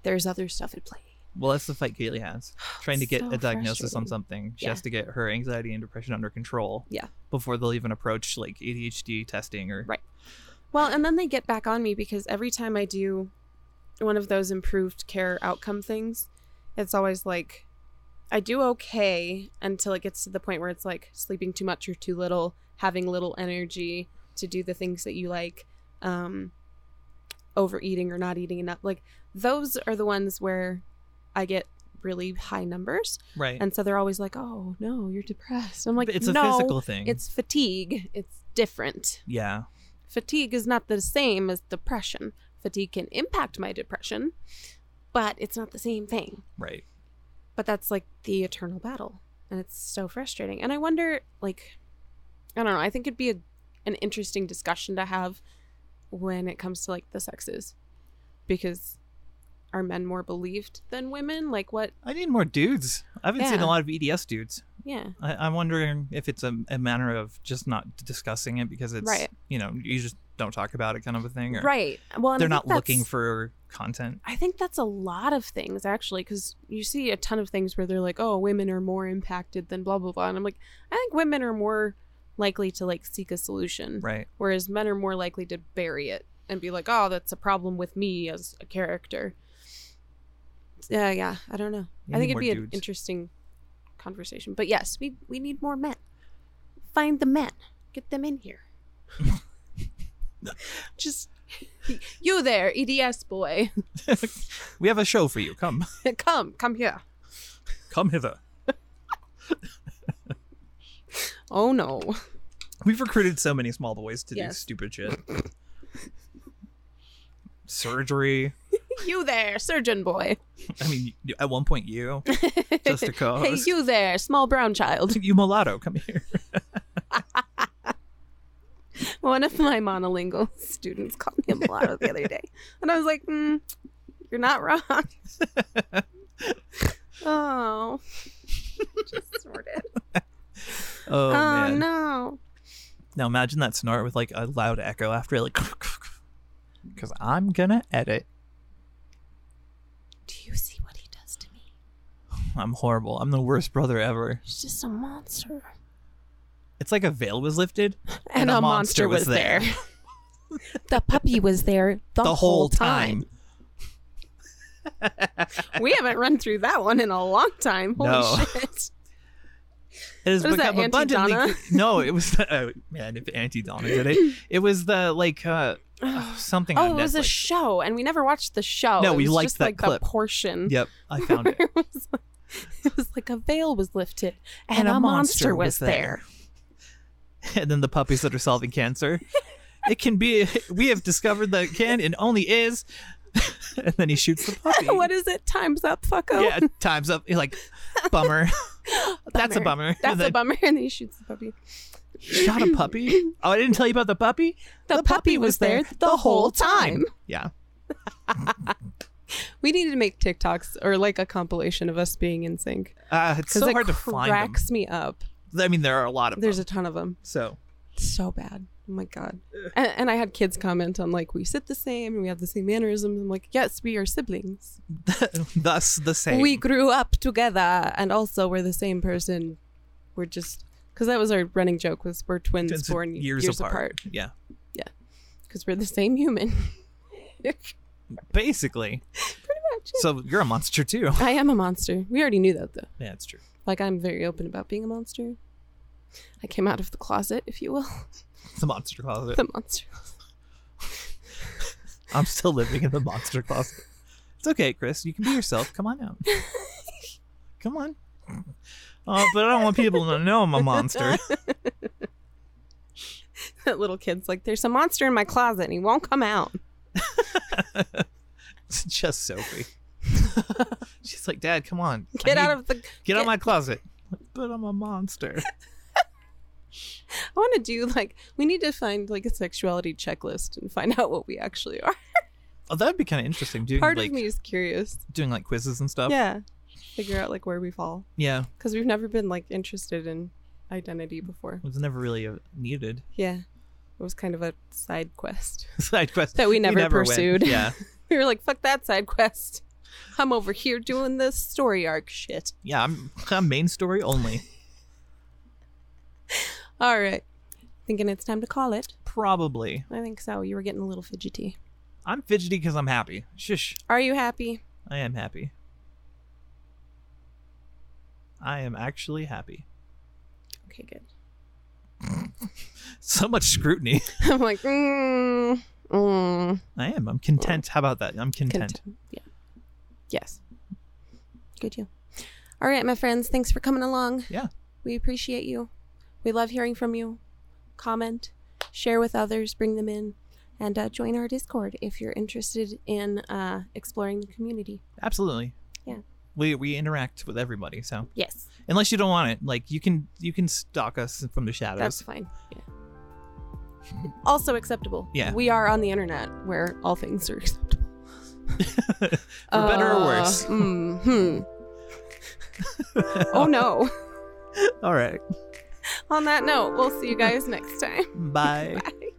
[SPEAKER 1] There's other stuff at play."
[SPEAKER 2] Well, that's the fight Kaylee has, trying to get
[SPEAKER 1] so
[SPEAKER 2] a diagnosis
[SPEAKER 1] frustrating.
[SPEAKER 2] on something. She
[SPEAKER 1] Yeah.
[SPEAKER 2] has to get her anxiety and depression under control.
[SPEAKER 1] Yeah.
[SPEAKER 2] Before they'll even approach like ADHD testing or
[SPEAKER 1] Right. Well, and then they get back on me because every time I do one of those improved care outcome things, it's always like I do okay until it gets to the point where it's like sleeping too much or too little, having little energy to do the things that you like, um, overeating or not eating enough. Like those are the ones where I get really high numbers,
[SPEAKER 2] right.
[SPEAKER 1] and so they're always like, "Oh no, you're depressed." I'm like,
[SPEAKER 2] it's a
[SPEAKER 1] "No,
[SPEAKER 2] physical thing.
[SPEAKER 1] It's fatigue. It's different."
[SPEAKER 2] yeah.
[SPEAKER 1] fatigue is not the same as depression. Fatigue can impact my depression, but it's not the same thing.
[SPEAKER 2] Right.
[SPEAKER 1] But that's like the eternal battle, and it's so frustrating. And I wonder, like, I don't know. I think it'd be a, an interesting discussion to have when it comes to like the sexes, because are men more believed than women? Like, what?
[SPEAKER 2] I need more dudes. I haven't seen
[SPEAKER 1] Yeah.
[SPEAKER 2] a lot of EDS dudes.
[SPEAKER 1] Yeah,
[SPEAKER 2] I, I'm wondering if it's a, a matter of just not discussing it because it's
[SPEAKER 1] Right.
[SPEAKER 2] you know you just don't talk about it kind of a thing. Or
[SPEAKER 1] right. Well, and I
[SPEAKER 2] They're
[SPEAKER 1] think
[SPEAKER 2] not looking
[SPEAKER 1] that's-
[SPEAKER 2] for content.
[SPEAKER 1] I think that's a lot of things actually, because you see a ton of things where they're like, "Oh, women are more impacted than blah blah blah," and I'm like, I think women are more likely to like seek a solution,
[SPEAKER 2] Right.
[SPEAKER 1] whereas men are more likely to bury it and be like, "Oh, that's a problem with me as a character." Yeah, yeah, I don't know.
[SPEAKER 2] We
[SPEAKER 1] I
[SPEAKER 2] need
[SPEAKER 1] think it'd
[SPEAKER 2] more
[SPEAKER 1] be an
[SPEAKER 2] dudes.
[SPEAKER 1] interesting conversation, but yes, we we need more men. Find the men, get them in here. Just you there, EDS boy.
[SPEAKER 2] We have a show for you. Come.
[SPEAKER 1] come, come here.
[SPEAKER 2] Come hither.
[SPEAKER 1] Oh no.
[SPEAKER 2] We've recruited so many small boys to do
[SPEAKER 1] Yes.
[SPEAKER 2] stupid shit. Surgery.
[SPEAKER 1] You there, surgeon boy.
[SPEAKER 2] I mean, you- at one point, you just a
[SPEAKER 1] Hey,
[SPEAKER 2] co-host.
[SPEAKER 1] you there, small brown child.
[SPEAKER 2] you mulatto, come here.
[SPEAKER 1] One of my monolingual students called me a mulatto the other day. And I was like, mm, you're not wrong. oh. Just snorted. Oh,
[SPEAKER 2] Oh, man!
[SPEAKER 1] no.
[SPEAKER 2] Now imagine that snort with like a loud echo after it, like. Because I'm gonna edit.
[SPEAKER 1] Do you see what he does to me?
[SPEAKER 2] I'm horrible. I'm the worst brother ever.
[SPEAKER 1] He's just a monster.
[SPEAKER 2] It's like a veil was lifted.
[SPEAKER 1] And, a, monster, was there. the puppy was there the,
[SPEAKER 2] the whole time.
[SPEAKER 1] time. We haven't run through that one in a long time. Holy
[SPEAKER 2] No.
[SPEAKER 1] shit.
[SPEAKER 2] It has
[SPEAKER 1] What is that,
[SPEAKER 2] become abundantly.
[SPEAKER 1] Auntie Donna?
[SPEAKER 2] cl- No, it was oh, man. If Auntie Donna did it, it was the like uh, oh, something.
[SPEAKER 1] Oh,
[SPEAKER 2] on
[SPEAKER 1] it was a
[SPEAKER 2] Netflix.
[SPEAKER 1] show, and we never watched the show.
[SPEAKER 2] No,
[SPEAKER 1] It
[SPEAKER 2] we
[SPEAKER 1] was
[SPEAKER 2] liked
[SPEAKER 1] just
[SPEAKER 2] that
[SPEAKER 1] like
[SPEAKER 2] clip.
[SPEAKER 1] the portion.
[SPEAKER 2] Yep, I found it.
[SPEAKER 1] it, was like, it was like a veil was lifted, and, a, monster, was there.
[SPEAKER 2] and then the puppies that are solving cancer. It can be. We have discovered that it can and only is. and then he shoots the puppy.
[SPEAKER 1] what is it? Times up, fucko.
[SPEAKER 2] yeah, times up. You're like, bummer. That's a bummer.
[SPEAKER 1] That's
[SPEAKER 2] And
[SPEAKER 1] a
[SPEAKER 2] then,
[SPEAKER 1] bummer. And then he shoots the puppy.
[SPEAKER 2] Shot a puppy. Oh, I didn't tell you about the puppy.
[SPEAKER 1] The, puppy was there the whole time.
[SPEAKER 2] Yeah.
[SPEAKER 1] We need to make TikToks or like a compilation of us being in sync
[SPEAKER 2] Uh, it's
[SPEAKER 1] because
[SPEAKER 2] so
[SPEAKER 1] it
[SPEAKER 2] hard to find them.
[SPEAKER 1] cracks me up.
[SPEAKER 2] I mean, there are a lot of
[SPEAKER 1] There's
[SPEAKER 2] them.
[SPEAKER 1] a ton of them.
[SPEAKER 2] so
[SPEAKER 1] so bad. Oh my god. And, and I had kids comment on like we sit the same and we have the same mannerisms. I'm like, yes, we are siblings.
[SPEAKER 2] thus the same.
[SPEAKER 1] We grew up together, and also we're the same person. We're just because that was our running joke was we're twins
[SPEAKER 2] It's
[SPEAKER 1] born years, apart
[SPEAKER 2] Yeah.
[SPEAKER 1] because we're the same human.
[SPEAKER 2] Basically. Pretty
[SPEAKER 1] much,
[SPEAKER 2] So you're a monster too.
[SPEAKER 1] I am a monster. We already knew that though.
[SPEAKER 2] Yeah, it's true.
[SPEAKER 1] Like I'm very open about being a monster. I came out of the closet, if you will,
[SPEAKER 2] It's a monster closet.
[SPEAKER 1] the monster.
[SPEAKER 2] I'm still living in the monster closet. It's okay, Chris. You can be yourself. Come on out. Come on. Oh, but I don't want people to know I'm a monster.
[SPEAKER 1] that little kid's like, there's a monster in my closet, and he won't come out.
[SPEAKER 2] It's just Sophie. She's like, Dad, come on. I
[SPEAKER 1] Get
[SPEAKER 2] need-
[SPEAKER 1] out of the.
[SPEAKER 2] get, out
[SPEAKER 1] get-
[SPEAKER 2] of my closet. But I'm a monster.
[SPEAKER 1] I want to do like we need to find like a sexuality checklist and find out what we actually are.
[SPEAKER 2] oh, that'd be kind of interesting. Doing
[SPEAKER 1] Part
[SPEAKER 2] like
[SPEAKER 1] of me is curious.
[SPEAKER 2] doing like quizzes and stuff.
[SPEAKER 1] Yeah, figure out like where we fall
[SPEAKER 2] yeah.
[SPEAKER 1] because we've never been like interested in identity before.
[SPEAKER 2] It was never really uh, needed.
[SPEAKER 1] Yeah, it was kind of a side quest
[SPEAKER 2] Side quest.
[SPEAKER 1] that we never,
[SPEAKER 2] went.
[SPEAKER 1] pursued.
[SPEAKER 2] Yeah.
[SPEAKER 1] we were like, fuck that side quest. I'm over here doing this story arc shit.
[SPEAKER 2] Yeah. I'm, I'm main story only.
[SPEAKER 1] All right, thinking it's time to call it.
[SPEAKER 2] Probably.
[SPEAKER 1] I think so. You were getting a little fidgety.
[SPEAKER 2] I'm fidgety because I'm happy. Shush.
[SPEAKER 1] Are you happy?
[SPEAKER 2] I am happy. I am actually happy.
[SPEAKER 1] Okay, good.
[SPEAKER 2] So much scrutiny.
[SPEAKER 1] I'm like, mm, mm,
[SPEAKER 2] I am. I'm content. How about that? I'm content.
[SPEAKER 1] content. Yeah. Yes. Good you. All right, my friends. Thanks for coming along.
[SPEAKER 2] Yeah.
[SPEAKER 1] We appreciate you. We love hearing from you. Comment, share with others, bring them in, and uh, join our Discord if you're interested in uh, exploring the community.
[SPEAKER 2] Absolutely.
[SPEAKER 1] Yeah.
[SPEAKER 2] We we interact with everybody. So
[SPEAKER 1] Yes,
[SPEAKER 2] unless you don't want it, like you can you can stalk us from the shadows.
[SPEAKER 1] that's fine. Yeah. Also acceptable.
[SPEAKER 2] Yeah.
[SPEAKER 1] We are on the internet where all things are acceptable.
[SPEAKER 2] For better or worse.
[SPEAKER 1] hmm oh no.
[SPEAKER 2] All right.
[SPEAKER 1] On that note, we'll see you guys next time.
[SPEAKER 2] Bye.
[SPEAKER 1] Bye.